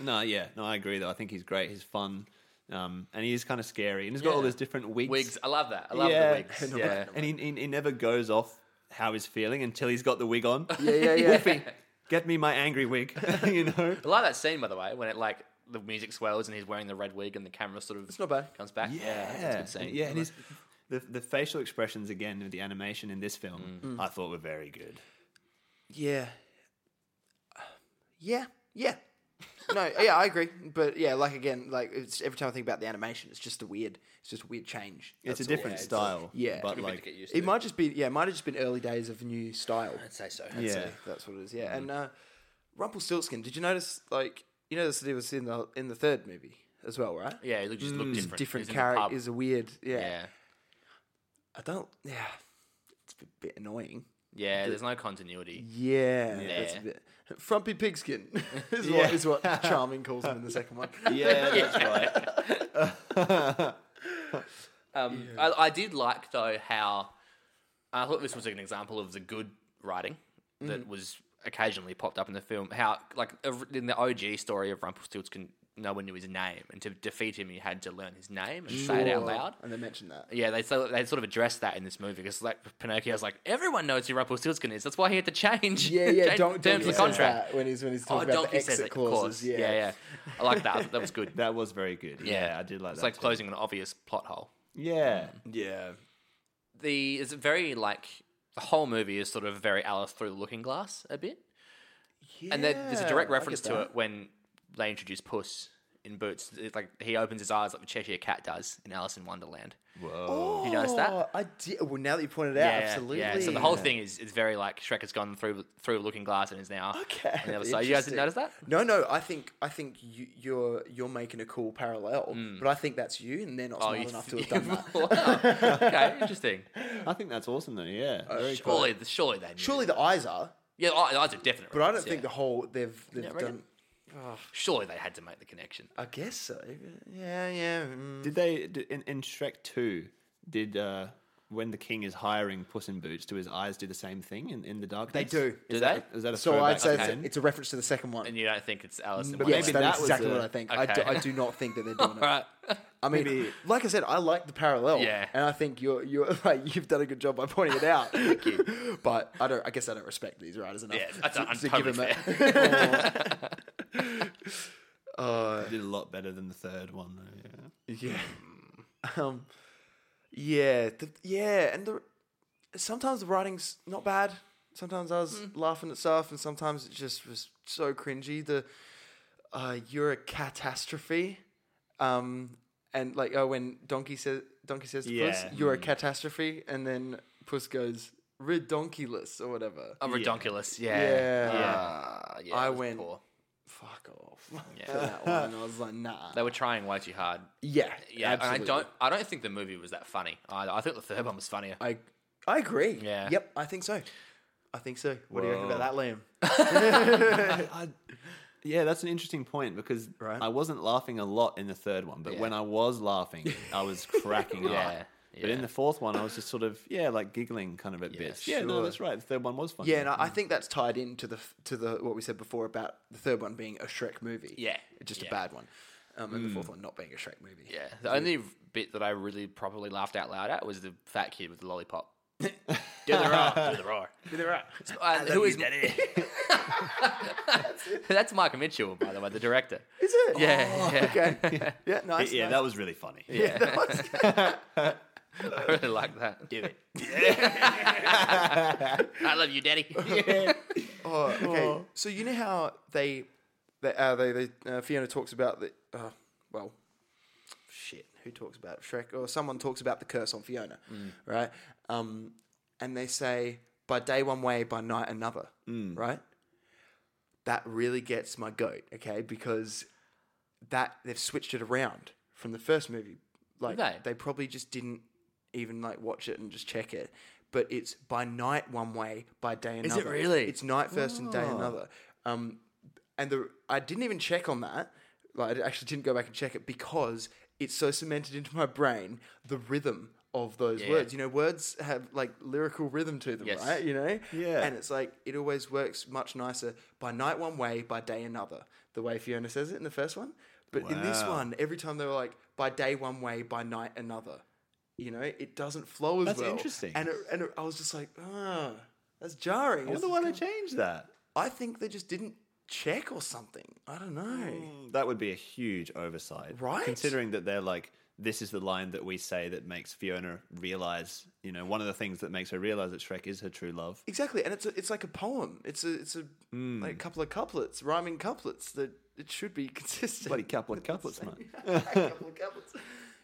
No, yeah, no, I agree though. I think he's great. He's fun, um, and he is kind of scary, and he's got all Yeah. those different wigs. Wigs. I love that. I love yeah, the <laughs> wigs. Yeah. and he, he he never goes off how he's feeling until he's got the wig on. <laughs> Yeah, yeah, yeah. Wolfie, get me my angry wig. <laughs> you <laughs> know. I love that scene, by the way, when it like the music swells and he's wearing the red wig and the camera sort of it's not bad. comes back. that's a good scene. Yeah, and his, the the facial expressions again of the animation in this film, Mm. I thought were very good. Yeah. Yeah. Yeah. No, yeah, I agree. But yeah, like again, like it's every time I think about the animation, it's just a weird, it's just a weird change. It's a That's all. different yeah, it's a- style. yeah. Took but a Bit to like get used to. It might just be, yeah, it might have just been early days of new style. I'd say so. yeah, So that's what it is. Yeah, and uh, Rumpelstiltskin. Did you notice, like, you noticed that he was in the in the third movie as well, right? Yeah, he just looked different. Mm, Different He was in the pub. character is a weird. Yeah. Yeah. I don't. Yeah, it's a bit annoying. Yeah, there's no continuity. Yeah, that's a Yeah. bit. Frumpy Pigskin <laughs> is, Yeah. what, is <laughs> what Charming calls him in the second one. yeah, that's right. Um, I, I did like though how uh, I thought this was an example of the good writing that Mm. was occasionally popped up in the film. How like ev- in the OG story of Rumpelstiltskin, no one knew his name, and to defeat him, you had to learn his name and say it out Or- loud. And they mentioned <laughs> that. Yeah, they sort of- they sort of addressed that in this movie because like Pinocchio's like everyone knows who Rumpelstiltskin is. That's why he had to change. Yeah, yeah. <laughs> change Don't the terms of the contract. when he's when he's Oh, talking about the Donkey says it, exit of course. clauses. Yeah. yeah, I like that. I thought That was <laughs> good. That was very good. Yeah, Yeah. I did like It's that. like too. closing an obvious plot hole. Yeah, yeah, the it's very like the whole movie is sort of very Alice through the Looking Glass a bit, and there, there's a Yeah, I direct get reference to that. it when they introduce Puss in Boots. It's like he opens his eyes like the Cheshire Cat does in Alice in Wonderland. whoa, You notice that? Oh, I did. Well, now that you pointed it out, absolutely. Yeah. So the whole thing is, is very like Shrek has gone through through Looking Glass and is now Okay. on the other side. You guys interesting. didn't notice that? No, no. I think I think you, you're you're making a cool parallel, but I think that's you, and they're not smart Hmm. Oh, you- <laughs> enough to have done that. Wow. okay, <laughs> interesting. I think that's awesome though. Yeah, Uh, very cool. Surely, surely they. Knew. Surely the eyes are, yeah, oh, that's a definite. but I don't think the whole they've they've Yeah, reckon? done. Surely they had to make the connection. I guess so. Yeah, yeah. mm. Did they d- in, in Shrek Two? Did uh, when the king is hiring Puss in Boots, do his eyes do the same thing in, in the darkness? do. Is Do that, they? Is that a So I'd throwback say to it's, then? a, it's a reference to the second one. And you don't think it's Alice in But Wonderland? yes, maybe that <laughs> that's was exactly a- what I think. I, do, okay. I do not think that they're doing it. Right. I mean, Maybe- like I said, I like the parallel. Yeah. And I think you're you're <laughs> like you've done a good job by pointing it out. Thank you. <laughs> But I don't. I guess I don't respect these writers enough. Yeah, that's- I'm to totally give 'em a- Uh, Did a lot better than the third one. Though, yeah. Yeah. <laughs> Um, yeah. The, yeah. And the, sometimes the writing's not bad. Sometimes I was laughing at stuff, and sometimes it just was so cringy. The uh, you're a catastrophe. Um, and like oh, when Donkey says Donkey says to Puss, Yeah. "You're a catastrophe," and then Puss goes redonkulous or whatever. Oh, I'm redonkulous. Yeah. Yeah. Uh, Ah, yeah, I it was went- poor. Fuck off. Yeah. that one. I was like, nah. They were trying way too hard. yeah. Yeah, absolutely. and I don't. I don't think the movie was that funny. either. I think the third one was funnier. I I agree. Yeah. Yep. I think so. I think so. What do you reckon Whoa. about that, Liam? I, yeah, that's an interesting point because Right. I wasn't laughing a lot in the third one, but when I was laughing, <laughs> I was cracking Yeah, up. But in yeah. the fourth one, I was just sort of yeah, like giggling kind of at bits. Yeah, no, sure. that's right. The third one was funny. Yeah, and I, I think that's tied into the f- to the what we said before about the third one being a Shrek movie. Yeah, Just a yeah. Mm. bad one, um, and the fourth one not being a Shrek movie. yeah. The only bit that I really probably laughed out loud at was the fat kid with the <laughs> lollipop. do the roar. Do the roar. Do the roar. Uh, who is <laughs> That's Michael Mitchell, by the way, the director. Is it? Oh, Yeah, yeah. <laughs> Okay. yeah. Nice. yeah, <laughs> that was really funny. Yeah, <laughs> I really like that. <laughs> <laughs> Do it. I love you, <laughs> Daddy. Oh, okay. So you know how they, they, uh, they, they uh, Fiona talks about the, uh, well, shit. Who talks about Shrek or someone talks about the curse on Fiona, right? Um, and they say by day one way, by night another, right? That really gets my goat, okay? Because that they've switched it around from the first movie. Like Have they? they probably just didn't even like watch it and just check it. But it's by night one way, by day another. it really? Oh. It's night first and day another. Um, and the I didn't even check on that. Like I actually didn't go back and check it because it's so cemented into my brain the rhythm of those Yeah. words. You know, words have like lyrical rhythm to them, Yes. right? You know, Yeah. And it's like it always works much nicer by night one way, by day another. The way Fiona says it in the first one, but in this Wow. one, every time they were like by day one way, by night another. You know, it doesn't flow as That's well. interesting. And it, and it, I was just like, ah, that's jarring. I It's- wonder why they changed that. I think they just didn't check or something. I don't know. That would be a huge oversight, Mm. Right? Considering that they're like, this is the line that we say that makes Fiona realize. You know, one of the things that makes her realize that Shrek is her true love. Exactly, and it's a, it's like a poem. It's a it's a Hmm. like a couple of couplets, rhyming couplets that it should be <laughs> consistent. Bloody couple of couplets, man. a couple of couplets.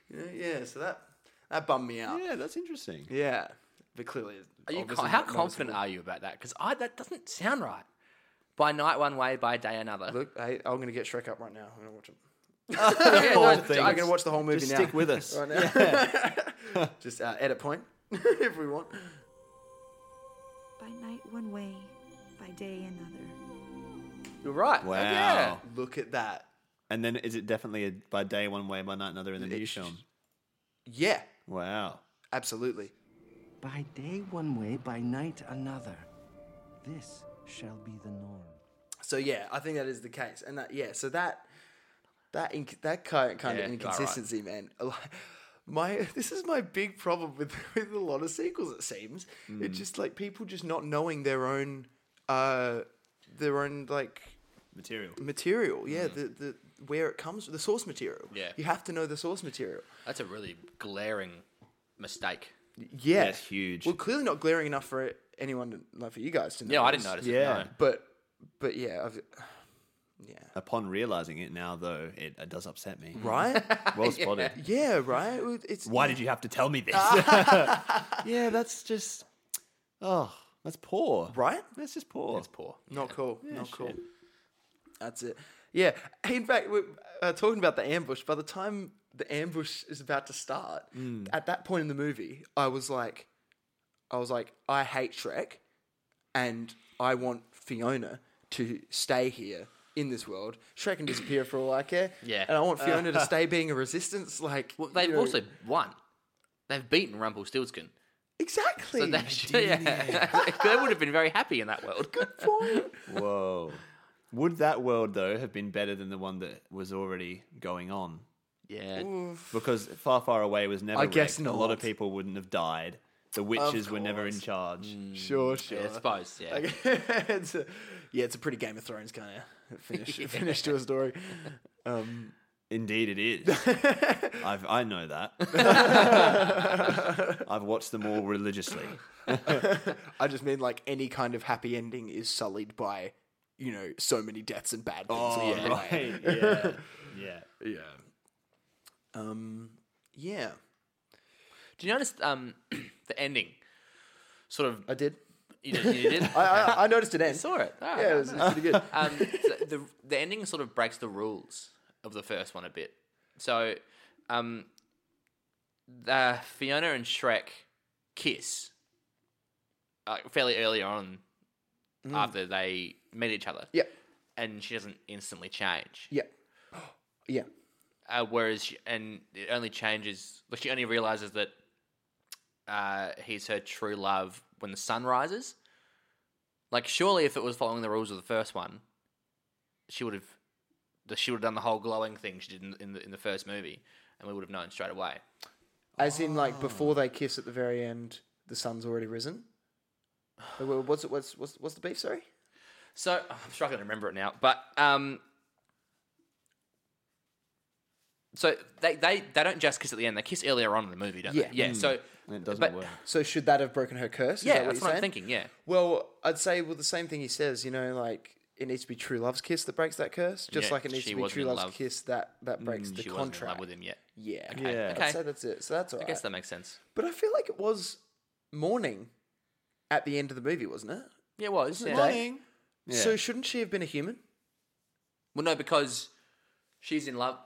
You know, yeah. So that that bummed me out. Yeah, Yeah, that's interesting. but clearly, Are you obviously con- how not confident are you about that? Because I that doesn't sound right. By night one way, by day another. noticeable. <laughs> Look, I, I'm gonna get Shrek up right now. I'm gonna watch it. Yeah, no, Poor d- thing. I'm gonna watch the whole movie Just now. stick with <laughs> us. Right now. <laughs> Just uh, edit point if we want. By night one way, by day another. You're right. Wow. Yeah. Look at that. And then is it definitely a, by day one way, by night another in the new film? Yeah, Wow. absolutely. By day one way, by night another. This shall be the norm. So yeah, I think that is the case, and that yeah, so that that inc- that kind kind Yeah, of you're right. inconsistency, man. <laughs> Like, My this is my big problem with <laughs> with a lot of sequels. It seems Mm. it's just like people just not knowing their own uh their own like Material. material. Yeah, the the where it comes the source material. Mm. Yeah. you have to know the source material. That's a really glaring mistake. Yeah, That's huge. Well, clearly not glaring enough for anyone to, like for you guys to know. Yeah, I didn't this. notice Yeah. it. But but yeah, I've, <sighs> yeah, Upon realizing it now, though, it, it does upset me. right. Well spotted. <laughs> Yeah, right. Well, It's Why did you have to tell me this? Ah. <laughs> yeah, that's just. Oh, that's poor. Right? That's just poor. That's poor. Not cool. Not cool. That's it. Yeah. In fact, we're uh, talking about the ambush. By the time the ambush is about to start, at that point in the movie, I was like, I was like, I hate Shrek, and I want Fiona to stay here in this world. Shrek can disappear for all I care. <coughs> Yeah. And I want Fiona <laughs> to stay being a resistance. Like No. They've you know- also won. They've beaten Rumpelstiltskin. exactly. So they, should, yeah. <laughs> they would have been very happy in that world. Point. Whoa. Would that world, though, have been better than the one that was already going on? <laughs> Yeah. Because Far Far Away was never. I guess wrecked. A lot not. of people wouldn't have died. the witches were never in course. Hmm. charge. Sure, sure. I suppose, yeah. Like, <laughs> it's a, yeah, it's a pretty Game of Thrones kind of <laughs> finish, finish to a story. Um, Indeed, it <laughs> is. I've, I know <laughs> that. I've watched them all religiously. I just mean like any kind of happy ending is sullied by, you know, so many deaths and bad things. Oh, along the way. right. Yeah. Yeah. Yeah. Um. Yeah. Do you notice um, <clears throat> the ending? Sort of, I did. you, know, you <laughs> did. I I, I <laughs> noticed it end. saw it. Ah, Yeah, it was, it was <laughs> pretty good. um, so the the ending sort of breaks the rules of the first one a bit. So, um, the Fiona and Shrek kiss uh, fairly early on after they meet each other. Yeah. and she doesn't instantly change. Yeah. Yeah. Uh, whereas, she, and it only changes. Like she only realizes that uh, he's her true love when the sun rises. Like, surely, if it was following the rules of the first one, she would have, the- she would have done the whole glowing thing she did in, in the in the first movie, and we would have known straight away. As in, like before they kiss at the very end, the sun's already risen. Uh, wha- What's it? What's what's what's the beef? Sorry. So <sighs> I'm struggling to remember it now, but um, so they, they they don't just kiss at the end; they kiss earlier on in the movie, don't Yeah. they? Yeah. So And it doesn't but- work. So should that have broken her curse? Is that yeah, what that's you're what I'm saying? thinking. Yeah. Well, I'd say well the same thing he says. You know, like it needs to be true love's kiss that breaks that curse, just Yeah, like it needs she to be wasn't true in love's love. Mm, kiss that that breaks the she contract. wasn't in love with him yet. Yeah. Okay, Yeah. okay. I'd say that's it. So that's all I right. guess that makes sense. But I feel like it was morning at the end of the movie, wasn't it? Yeah, well, it's yeah. Day. Yeah. So shouldn't she have been a human? well, no, because she's in love.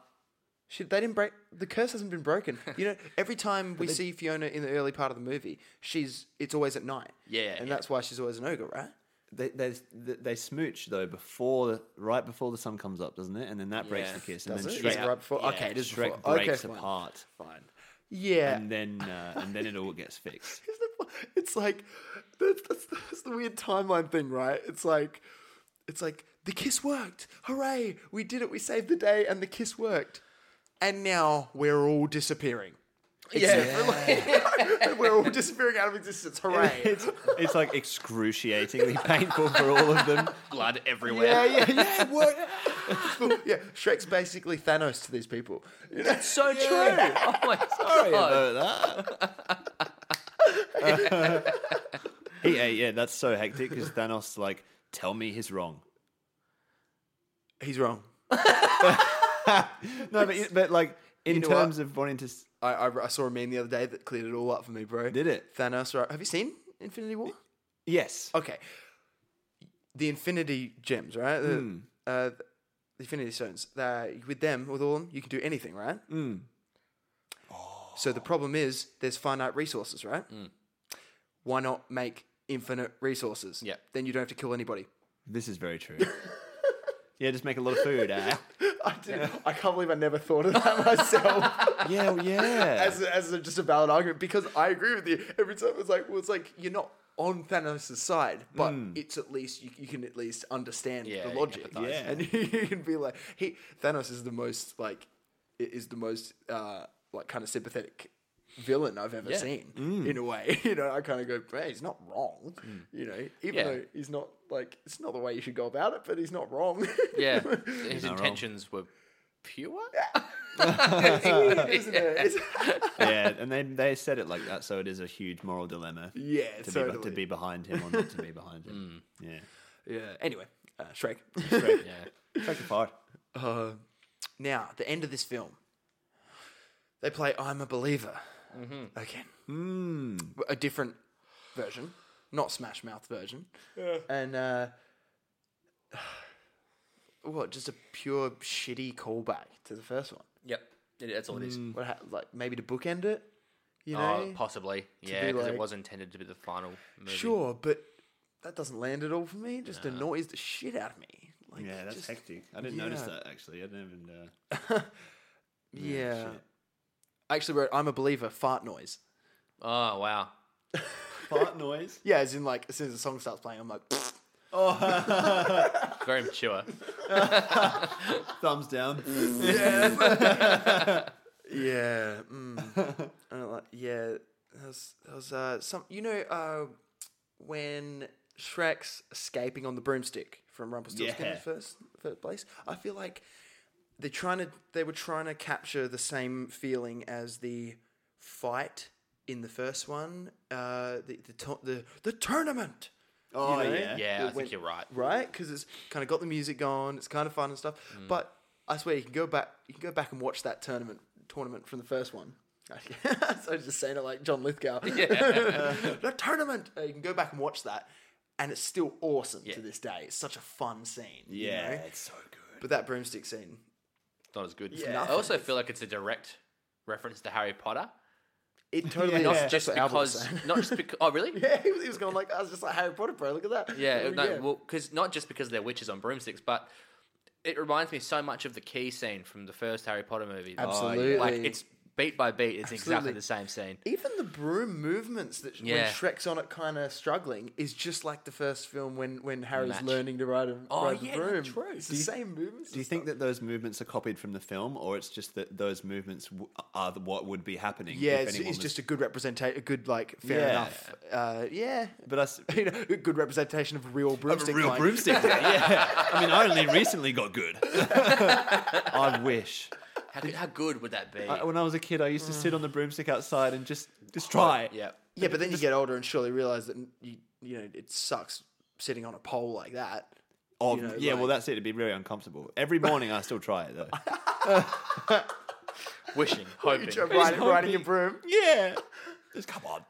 She, they didn't break the curse hasn't been broken. You <laughs> know, every time we see Fiona in the early part of the movie, she's it's always at night. Yeah, and yeah. that's why she's always an ogre, right? they, they they they smooch though before the, right before the sun comes up, doesn't it? And then that breaks Yeah. the kiss, and Does then it? Shrek, Is it right before? yeah, okay, it is Shrek before. breaks okay, fine. apart, Fine. Yeah. and then uh, and then it all <laughs> gets fixed. Isn't it fu- It's like that's, that's, that's the weird timeline thing, right? It's like it's like the kiss worked. Hooray! We did it. We saved the day, and the kiss worked. And now we're all disappearing. Yeah, <laughs> we're all disappearing out of existence. Hooray! It's it's like excruciatingly painful for all of them. Blood <laughs> everywhere. yeah, yeah, yeah. It worked. <laughs> yeah, Shrek's basically Thanos to these people. You know? So true. Oh my Sorry god. about <laughs> that. yeah, yeah, that's so hectic because Thanos like tell me he's wrong. <laughs> He's wrong. No, but but like in know terms what? of wanting to. s- I, I, I saw a meme the other day that cleared it all up for me, bro. Did it? Thanos, right? Have you seen Infinity War? Yes. Okay. The Infinity Gems, right? The, uh, the Infinity Stones. They- with them, with all of them, you can do anything, right? So the problem is there's finite resources, right? Why not make infinite resources? Yeah. Then you don't have to kill anybody. This is very true. <laughs> yeah, just make a lot of food. Eh? <laughs> I, did, I can't believe I never thought of that <laughs> myself. <laughs> Yeah, well, yeah. as a, as a, just a valid argument because I agree with you. Every time it's like, well, it's like you're not on Thanos' side, but it's at least you, you can at least understand Yeah, the you logic, empathise. Hmm. Yeah. <laughs> and you can be like, he Thanos is the most like i- is the most uh like kind of sympathetic villain I've ever Yeah. seen Hmm. in a way. <laughs> You know, I kind of go, hey, he's not wrong. You know, even Yeah. though he's not like it's not the way you should go about it, but he's not wrong. Yeah. His not wrong. intentions were pure. <laughs> isn't it? <laughs> yeah, and they they said it like that, so it is a huge moral dilemma. <laughs> yeah, to totally. be to be behind him or not to be behind him. <laughs> Yeah, Yeah. Anyway, uh, Shrek. <laughs> <laughs> Yeah. take apart. Uh, now, the end of this film, they play "I'm a Believer" again, Mm-hmm. Mm. a different version, not Smash Mouth version, and uh, <sighs> what? Just a pure shitty callback to the first one. Yep. It- that's all it is. What ha- like maybe to bookend it, you Oh, know? possibly. Yeah, because Uh, like- it was intended to be the final movie. sure, but that doesn't land at all for me. It just annoys the shit out of me. Like, Yeah, that's just- hectic. I didn't notice yeah. that actually. I didn't even. Uh, Yeah. shit. I actually wrote, I'm a believer, fart noise. Oh wow. fart noise. Yeah, as in like as soon as the song starts playing, I'm like, <laughs> Very <laughs> mature. Thumbs <laughs> down. <laughs> yeah, mm. I don't like, yeah, uh, There was, there was uh, some, you know, uh, when Shrek's escaping on the broomstick from Rumpelstiltskin in Yeah. the first, first place, I feel like they're trying to, they were trying to capture the same feeling as the fight in the first one, uh, the, the, to- the, the tournament. you Oh, know? yeah. Yeah, I It think you're right. Right? Because it's kind of got the music going, it's kind of fun and stuff. Mm. But I swear you can go back, you can go back and watch that tournament tournament from the first one. <laughs> so I was just saying it like John <laughs> Lithgow. <laughs> the tournament. Uh, you can go back and watch that, and it's still awesome to this day. It's such a fun scene. you Yeah, know? it's so good. But that broomstick scene. Not as good. Yeah. I also feel like it's a direct reference to Harry Potter. It totally Not is. That's just what Albert was because. saying. Not just because. Oh, really? <laughs> yeah, he was, he was going like, I was just like Harry Potter, bro. Look at that. Yeah, Oh, no, well, because not just because they're witches on broomsticks, but it reminds me so much of the key scene from the first Harry Potter movie. Absolutely. like it's beat by beat, it's exactly Absolutely. the same scene. Even the broom movements that when Yeah. Shrek's on it, kind of struggling, is just like the first film when when Harry's Match. learning to ride a, Oh, ride yeah, the broom. true. It's Do the you- same movements. Do you think that those movements are copied from the film, or it's just that those movements w- are the- what would be happening? Yeah, if it's, anyone it's was- just a good representation. A good like fair Yeah. enough. Uh, yeah, But I s- <laughs> you know, a good representation of a real broomstick. real like- broomstick. <laughs> yeah, I mean, I only recently got good. I wish. How, good, how good would that be? I, when I was a kid, I used to sit on the broomstick outside and just just try. yeah. Yeah, but then you get older and surely realize that you you know it sucks sitting on a pole like that. Or, You know, Oh, yeah, well, like- that's it. It'd be really uncomfortable. Every morning, I still try <laughs> it though. Wishing, hoping. You're riding, riding a broom. yeah, just come on.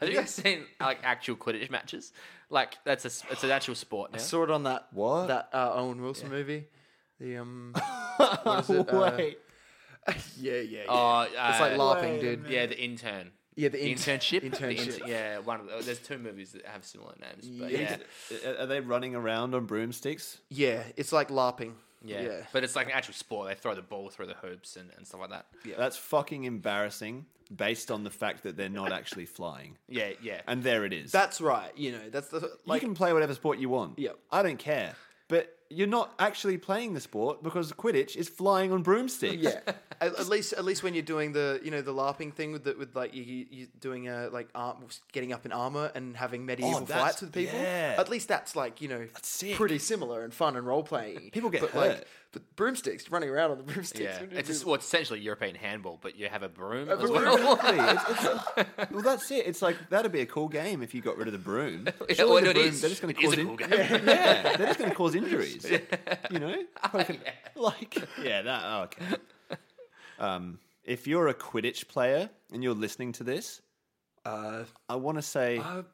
Have you guys seen like actual Quidditch matches? Like that's a s- it's an actual sport now. Saw it on that What? that uh, Owen Wilson movie. The <laughs> um, <laughs> what is it? Uh, Wait. <laughs> yeah, yeah, yeah. Oh, it's like uh, laughing, Wait a dude. minute. yeah, the intern. Yeah, the The int- internship. The Internship. inter- yeah, one of the, there's two movies that have similar names, but Yeah. yeah. Are are they running around on broomsticks? Yeah, it's like LARPing. Yeah. But it's like an actual sport. They throw the ball through the hoops and, and stuff like that. Yeah. That's fucking embarrassing based on the fact that <laughs> they're not actually flying. Yeah, yeah. And there it is. that's right. You know, that's the like. <laughs> you can play whatever sport you want. Yep. I don't care. But you're not actually playing the sport because Quidditch is flying on broomsticks. <laughs> yeah. At, at least, at least when you're doing the, you know, the LARPing thing with the, with like you, you you doing a like arm, getting up in armor and having Oh, medieval that's- fights with people. yeah. At least that's like you know, sick. pretty similar and fun and role <laughs> playing. People get but hurt. like but broomsticks running around on the <laughs> broomsticks. yeah. wouldn't it It's, be- a, well, it's essentially European handball, but you have a broom as broom. well. <laughs> Exactly. It's- it's- well, that's it. It's like that'd be a cool game if you got rid of the broom. Yeah, Surely well, the it broom- is. They're just going It to is cause a in- cool game. <laughs> yeah, they're just going to cause injuries. You know, Fucking- like yeah, that oh, okay. <laughs> Um, if you're a Quidditch player and you're listening to this, uh, I want to say I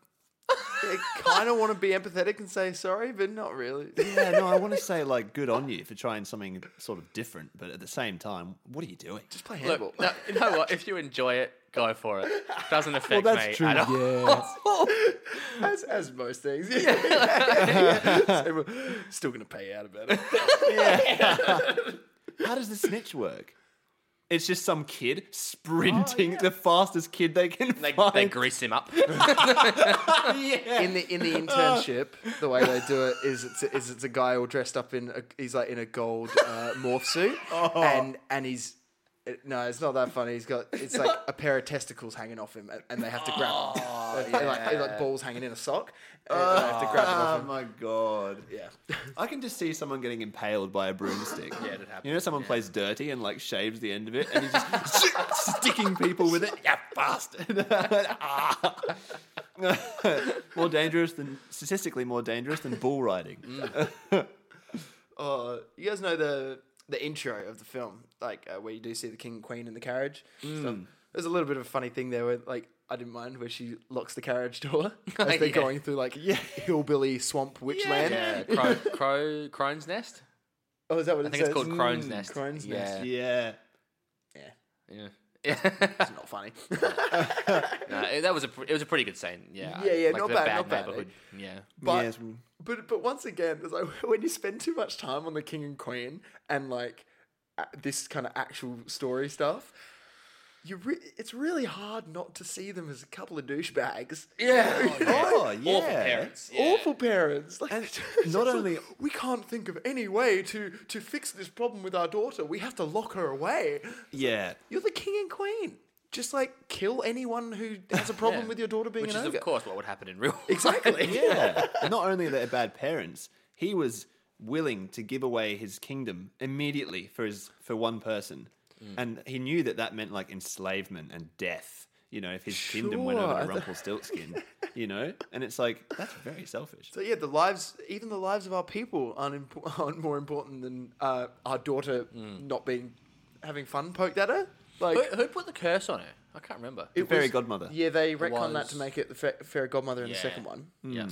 kind of want to be empathetic and say sorry, but not <laughs> really. Yeah, no, I want to say like good on you for trying something sort of different, but at the same time, what are you doing? Just play handball. Look, no, you know what? If you enjoy it, go for it. Doesn't affect me at all. Yeah. As, as most things. Yeah. yeah. <laughs> So we're Still going to pay out about it. <laughs> How does the snitch work? Oh, It's just some kid sprinting the fastest kid they can <laughs> They, find. they grease <laughs> him up. yeah. In the in <laughs> the internship, the way they do it is it's a, is it's a guy all dressed up in a, he's like in a gold uh, morph suit, and and he's it- no, it's not that funny. He's got it's like a pair of testicles hanging off him, and, and they have to grab <laughs> uh, like, like balls hanging in a sock. And they have to grab them off Oh him. my god! Yeah, I can just see someone getting impaled by a broomstick. Yeah, that happens, You know, someone plays dirty and like shaves the end of it, and he's just <laughs> sticking people with it. Yeah, bastard! Ah. <laughs> more dangerous than statistically more dangerous than bull riding. uh, you guys know the the intro of the film, like uh, where you do see the king and queen in the carriage. Hmm. So, there's a little bit of a funny thing there where like I didn't mind where she locks the carriage <laughs> door as they're Yeah. going through like hillbilly swamp witch land. yeah. Crow, crow, crone's nest? <laughs> Oh, is that what I it think it's says? Mm, called crone's nest. Crone's yeah. nest. <laughs> Yeah. Yeah. <laughs> Yeah. It's not funny. <laughs> no, it- that was a pr- it was a pretty good scene. Yeah. Yeah, yeah, Like not the bad, not bad, eh? neighborhood. Yeah. But Yes. but but once again, it's like <laughs> when you spend too much time on the king and queen and like a- this kind of actual story stuff, you re- it's really hard not to see them as a couple of douchebags. <laughs> Yeah. Oh yeah. Awful parents. Yeah. Awful parents. Like <laughs> <laughs> And it's just not like, only- we can't think of any way to to fix this problem with our daughter. We have to lock her away. Yeah. You're the king and queen. just like kill anyone who has <laughs> a problem Yeah. with your daughter being Which an is, ogre. of course, what would happen in real <laughs> life. Exactly. Yeah. <laughs> And not only are they bad parents, he was willing to give away his kingdom immediately for his for one person, Mm. and he knew that that meant like enslavement and death. You know, if his kingdom went over to Sure. <laughs> Rumpelstiltskin, you know, and it's like that's very selfish. So yeah, the lives, even the lives of our people, aren't, imp- <laughs> aren't more important than uh, our daughter Mm. not being having fun poked at her. Like who, who put the curse on her? I can't remember. it fairy godmother. Yeah, they retcon that was- to make it the fa- fairy godmother in the Yeah. second one. yeah.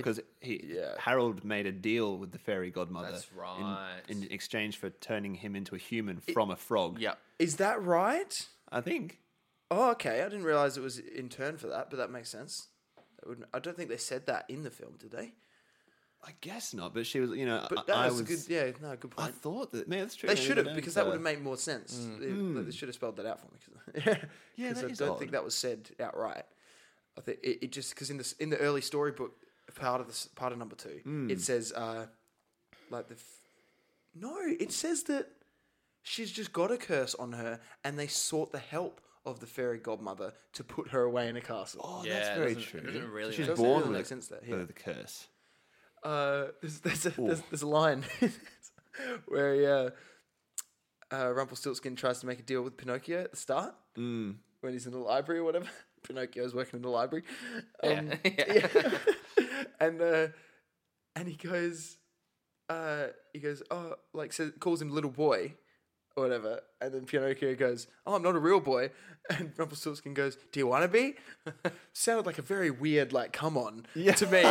because he Yeah. Harold made a deal with the fairy godmother. That's in- right. In, exchange for turning him into a human from a frog. Yeah. Is that right? I think. Oh, okay. I didn't realize it was in turn for that, but that makes sense. That wouldn't, I don't think they said that in the film, did they? I guess not, but she was. You know, But I, that I was, was. a good. Yeah, no, good I point. thought that. Man, that's true. They maybe should have don't, because that uh, would have made more sense. They- They should have spelled that out for me. Cause, Mm. <laughs> Yeah, 'cause that I is don't odd. think that was said outright. I think it, it just because in the s- in the early storybook part of this part of number two, Mm. it says uh, like the f- no, it says that she's just got a curse on her, and they sought the help of the fairy godmother to put her away in a castle. Oh, Yeah, that's it very doesn't- true. it doesn't really She's make born sense. with Doesn't make sense there, yeah. with the curse. Uh, there's, there's, a, there's, there's a line <laughs> where uh, uh, Rumpelstiltskin tries to make a deal with Pinocchio at the start when he's in the library or whatever. <laughs> Pinocchio's working in the library. Um, yeah. <laughs> and uh, and he goes, uh, he goes, oh, like so calls him little boy or whatever. And then Pinocchio goes, oh, I'm not a real boy. <laughs> And Rumpelstiltskin goes, do you want to be? <laughs> Sounded like a very weird, like, come on to me. <laughs> <laughs> really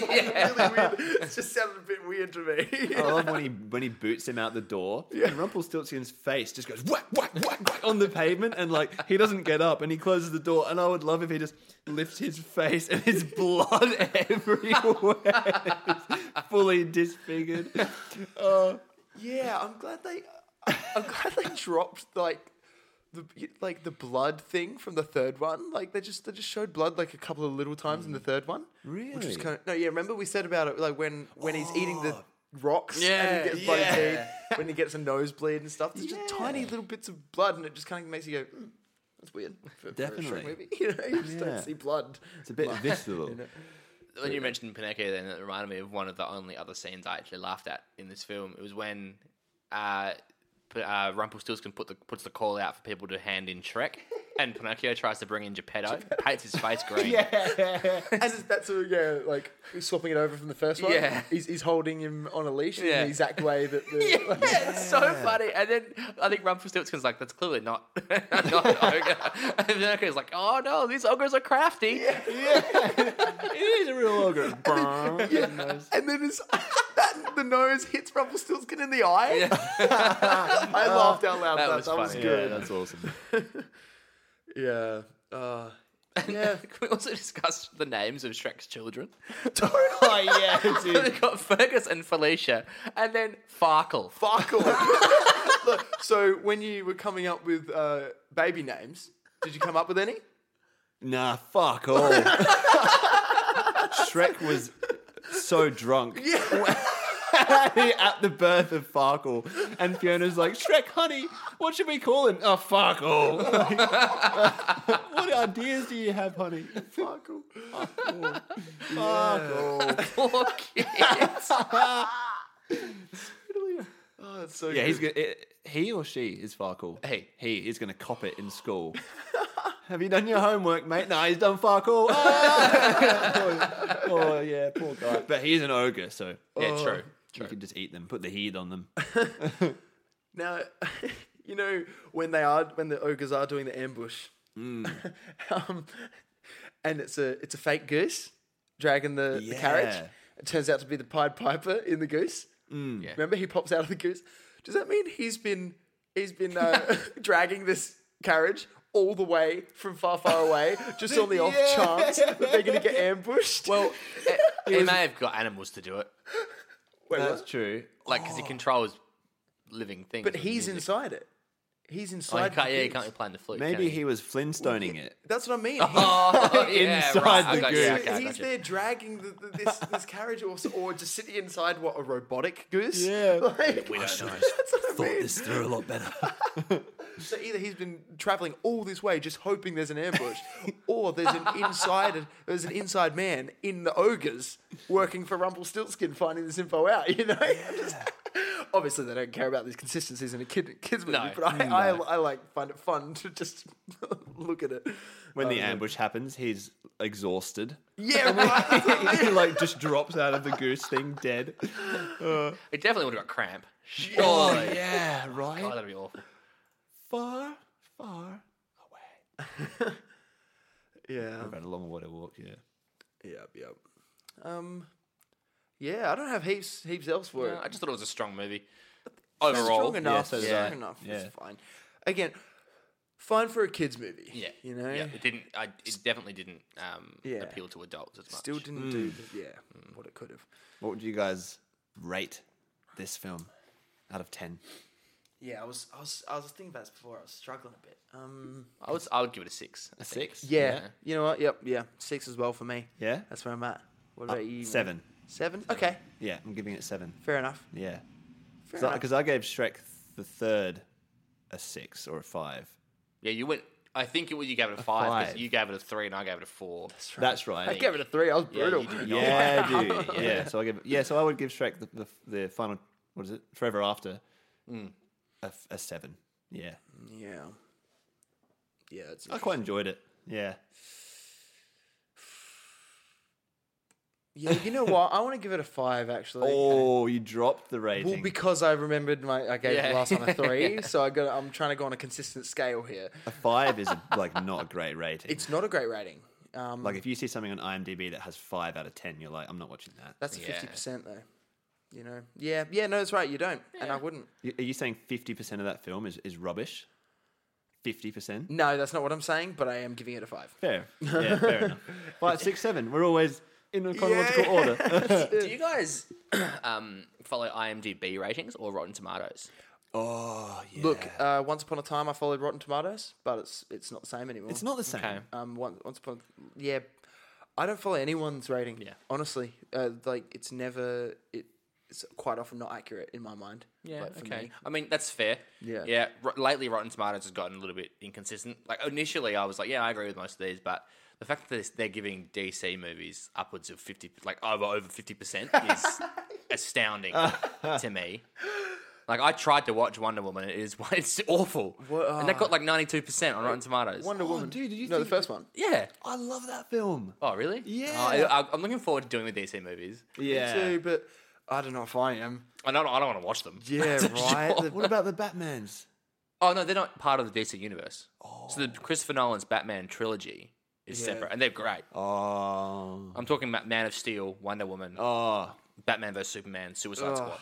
weird. It just sounded a bit weird to me. I love when he when he boots him out the door. And Rumpelstiltskin's face just goes whack whack whack whack on the pavement, and like he doesn't get up, and he closes the door. And I would love if he just lifts his face, and his <laughs> blood everywhere, <laughs> fully disfigured. Uh, yeah, I'm glad they. I'm glad they dropped like the like the blood thing from the third one. Like they just they just showed blood like a couple of little times in the third one. Which Really? was kind of no. Yeah, remember we said about it like when when he's eating the rocks Yeah, and he gets bloody yeah. teeth, when he gets a nosebleed and stuff. There's just tiny Yeah. little bits of blood, and it just kind of makes you go. Mm, that's weird. For, For a Definitely. Shrek movie. <laughs> You know, you just Yeah. don't see blood. it's a bit visceral. When you mentioned Pinocchio, then it reminded me of one of the only other scenes I actually laughed at in this film. It was when uh, P- uh, Rumpelstiltskin put the, puts the call out for people to hand in Shrek, and Pinocchio tries to bring in Geppetto, paints his face green. And it's- that's a, yeah, like swapping it over from the first one. Yeah. he's, he's holding him on a leash Yeah. in the exact way that the <laughs> <laughs> Yeah, it's so funny. And then I think Rumpelstiltskin's like, that's clearly not, <laughs> not an ogre. And Pinocchio's like, oh no, these ogres are crafty. <laughs> it is a real <laughs> ogre. Yeah. and then his <laughs> that, the nose hits Rumpelstiltskin in the eye. I laughed out loud. that That, that, was was, funny. Yeah, good. that's awesome. Yeah. <laughs> Uh, yeah. Can <laughs> we also discuss the names of Shrek's children? <laughs> oh yeah, dude. <laughs> We've got Fergus and Felicia, and then Farkle. Farkle. <laughs> Look, so when you were coming up with uh, baby names, did you come up with any? Nah, fuck all. Shrek was so drunk. <laughs> At the birth of Farkle, and Fiona's like, Shrek, honey, what should we call him? Oh, <laughs> Farkle. <laughs> what ideas do you have, honey? Farkle. Farkle. Poor kids. Oh, that's so Yeah, good. he's gonna, it, he or she is Farkle. Hey. he is gonna cop it in school. <laughs> have you done your homework, mate? No, he's done Farkle. Ah! oh, <laughs> oh, yeah, poor guy. Oh, But he's an ogre, so yeah, true. You could just eat them, put the heat on them. Now, <laughs> you know when they are when the ogres are doing the ambush, Mm. <laughs> um, and it's a it's a fake goose dragging the, the carriage. Yeah. It turns out to be the Pied Piper in the goose. Mm. Yeah. Remember, he pops out of the goose. Does that mean he's been he's been <laughs> uh, <laughs> dragging this carriage all the way from far, far away, just on the off <laughs> Yeah. chance that they're going to get <laughs> ambushed? Well, He may have got animals to do it, wait, <laughs> That's what? true. like because he controls living things. Oh. but with he's music. inside it. He's Oh, he inside. can't, the yeah, he goose. can't be playing the flute. can Maybe he was Flintstoning it. That's what I <laughs> mean. <laughs> <laughs> Oh, Inside the I got goose. you, So Yeah, okay, I he's got you. there dragging the, the, this this carriage, or, or just sitting inside what a robotic goose. Yeah. <laughs> like, I that's what I mean. through a lot better. So either he's been traveling all this way just hoping there's an ambush, <laughs> or there's an inside there's an inside man in the ogres working for Rumpelstiltskin finding this info out. You know, <laughs> obviously they don't care about these consistencies in a kid kids movie, No. but I, I, I like find it fun to just <laughs> look at it <laughs> When the Um, ambush happens, he's <laughs> exhausted. Yeah, right. <laughs> he like just drops out of the goose thing dead. It definitely would have got cramp. <laughs> Oh yeah, right. Oh, that'd be awful. Far, far. yeah, About a long way to walk. Yeah. yep, yep. Um, yeah, I don't have heaps heaps else for it. I just thought it was a strong movie. It's Overall, strong enough. yes, so did strong I. enough. Yeah. It's fine. Again, fine for a kids movie. yeah, you know, yeah, it didn't. I, it definitely didn't um, Yeah. appeal to adults as much. still didn't do the, yeah what it could have. What would you guys rate this film out of ten? Yeah, I was I was I was thinking about this before. I was struggling a bit. Um, I would, I would give it a six. I A think. six? yeah, you know what? Yep, yeah, six as well for me. Yeah? that's where I'm at. What Uh, about you? Matt? seven. Seven. Okay, Yeah, I'm giving it seven. fair enough. Yeah. Fair enough. Because I gave Shrek the third a six or a five. Yeah, you went. I think it was you gave it a five five. because you gave it a three and I gave it a four. That's right. I gave it a three. I was brutal. you did. Yeah, dude. <laughs> Yeah. So I give. Yeah. So I would give Shrek the the, the final. What is it? Forever After. Mm. A, f- a seven. Yeah. <laughs> yeah, yeah. It's I quite enjoyed it. Yeah. yeah, you know what? I want to give it a five <laughs> actually. Oh, you dropped the rating. eh? Well, because I remembered my I gave <laughs> Yeah. the last one a three, so I got I'm trying to go on a consistent scale here. a five is a, like not a great rating. It's not a great rating. Um, like if you see something on IMDb that has five out of ten, you're like, I'm not watching that. that's Yeah. fifty percent though. You know, yeah, yeah. No, that's right. You don't, and I wouldn't. Y- Are you saying fifty percent of that film is, is rubbish? Fifty percent. No, that's not what I'm saying, but I am giving it a five. <laughs> Fair. Yeah. Fair enough. Five, <laughs> six, seven. We're always in a chronological order. Do you guys <clears throat> um, follow IMDb ratings or Rotten Tomatoes? oh, yeah. Look, uh, once upon a time I followed Rotten Tomatoes, but it's it's not the same anymore. it's not the same. Okay. Um, once, once upon, yeah, I don't follow anyone's rating. Yeah. honestly, uh, like it's never it. It's quite often not accurate in my mind. like, for me. I mean, that's fair. Yeah. Yeah. R- lately, Rotten Tomatoes has gotten a little bit inconsistent. Like, initially, I was like, yeah, I agree with most of these, but the fact that they're giving DC movies upwards of 50, like over over <laughs> 50% is astounding Uh. to me. Like, I tried to watch Wonder Woman, and it is, <laughs> it's awful. and that got like 92% on Rotten Tomatoes. Wonder Oh, Woman. dude, did you no, the think- first one. yeah. <laughs> I love that film. Oh, really? Yeah. Oh, I, I'm looking forward to doing the DC movies. Yeah. <laughs> too, but I don't know if I am. I don't, I don't want to watch them. <laughs> Yeah, That's for right. sure. The- What about the Batman's? Oh no, they're not part of the DC universe. Oh. So the Christopher Nolan's Batman trilogy is separate, and they're great. Oh. I'm talking about Man of Steel, Wonder Woman, Oh. Batman vs Superman, Suicide Squad.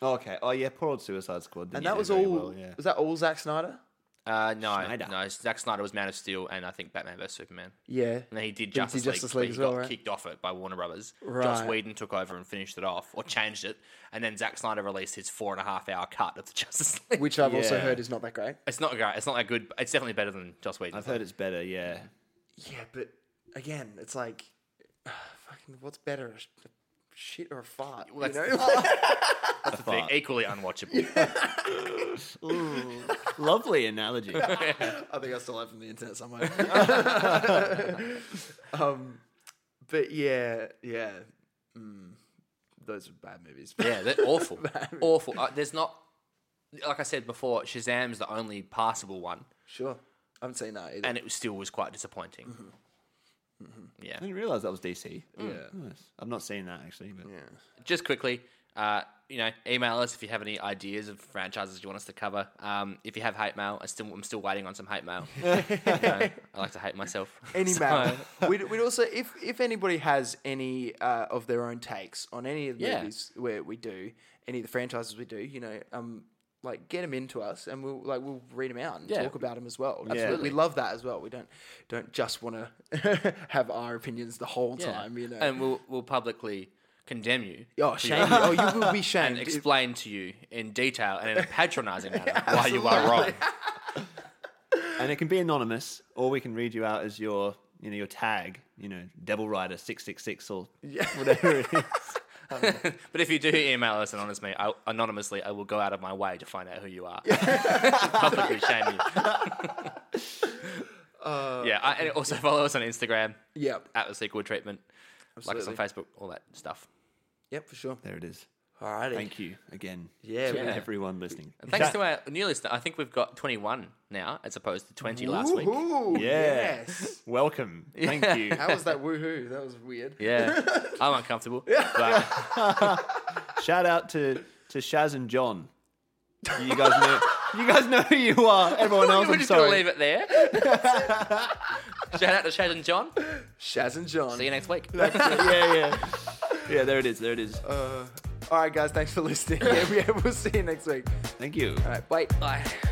Okay. Oh yeah, poor old Suicide Squad. And didn't that do was very all. well, yeah. Was that all Zack Snyder? Uh, no, Snyder. no, Zack Snyder was Man of Steel, and I think Batman vs Superman. Yeah. And then he did But he Justice, did League, Justice but League he as well, got right? kicked off it by Warner Brothers. Joss Right. Whedon took over and finished it off, or changed it, and then Zack Snyder released his four and a half hour cut of the <laughs> Justice League. Which I've also Yeah. heard is not that great. it's not great. It's not that good. But it's definitely better than Joss <laughs> Whedon. I've heard it's better. Yeah. Yeah, but again, it's like, <sighs> fucking, what's better, a sh- a shit or a fart? You Well, that's- know? <laughs> Ah, That's the thing. fart. Equally unwatchable. Lovely <laughs> analogy. I think I still have from the internet somewhere. <laughs> um, but yeah, yeah, mm, those are bad movies. Yeah, they're awful. awful. Uh, there's not, like I said before, Shazam's the only passable one, <laughs> sure. I haven't seen that either. and it was- still was quite disappointing. Mm-hmm. I didn't realize that was DC. yeah, Nice. I've not seen that actually. But yeah. Just quickly, uh, you know, email us if you have any ideas of franchises you want us to cover. Um, if you have hate mail, I still I'm still waiting on some <laughs> hate mail. You know, I like to hate myself. any So- <laughs> mail. We'd, we'd also, if if anybody has any uh, of their own takes on any of the Yeah. movies where we do any of the franchises we do, you know, um, like get them into us, and we'll like we'll read them out and Yeah. talk about them as well. we Absolutely. love that as well. We don't don't just want to <laughs> have our opinions the whole <laughs> Yeah. time, you know. and we'll we'll publicly condemn you oh, shame! you. Oh, you will be <laughs> and shamed. If- explain to you in detail and in a <laughs> patronising manner why you are wrong. and it can be anonymous, or we can read you out as <laughs> your, you know, your tag. You know, Devil Rider six six six or whatever it is. But if you do email us anonymously, I, anonymously, I will go out of my way to find out who you <laughs> are. Publicly shame you. <laughs> Uh, yeah, I, and also follow us on Instagram Yep. at the sequel treatment. Like us on Facebook, all that stuff. Yep, for sure. There it is. Alrighty. Thank you again. Yeah, to yeah. everyone listening. And thanks to our new listener, I think we've got 21 now, as opposed to 20 last week. Woohoo, Yeah. Yes. Welcome. Thank you. How was that woohoo? That was weird. <laughs> Yeah, I'm uncomfortable. But <laughs> Shout out to to Shaz and John. You guys know. You guys know who you are. <laughs> Everyone else, we're I'm just going to sorry. leave it there. <laughs> Shout out to Chad and John. Shaz and John. See you next week. yeah, yeah, yeah. There it is. There it is. Uh, Uh, <laughs> All right, guys. Thanks for listening. Yeah, we- we'll see you next week. Thank you. uh, All right. Bye. Bye.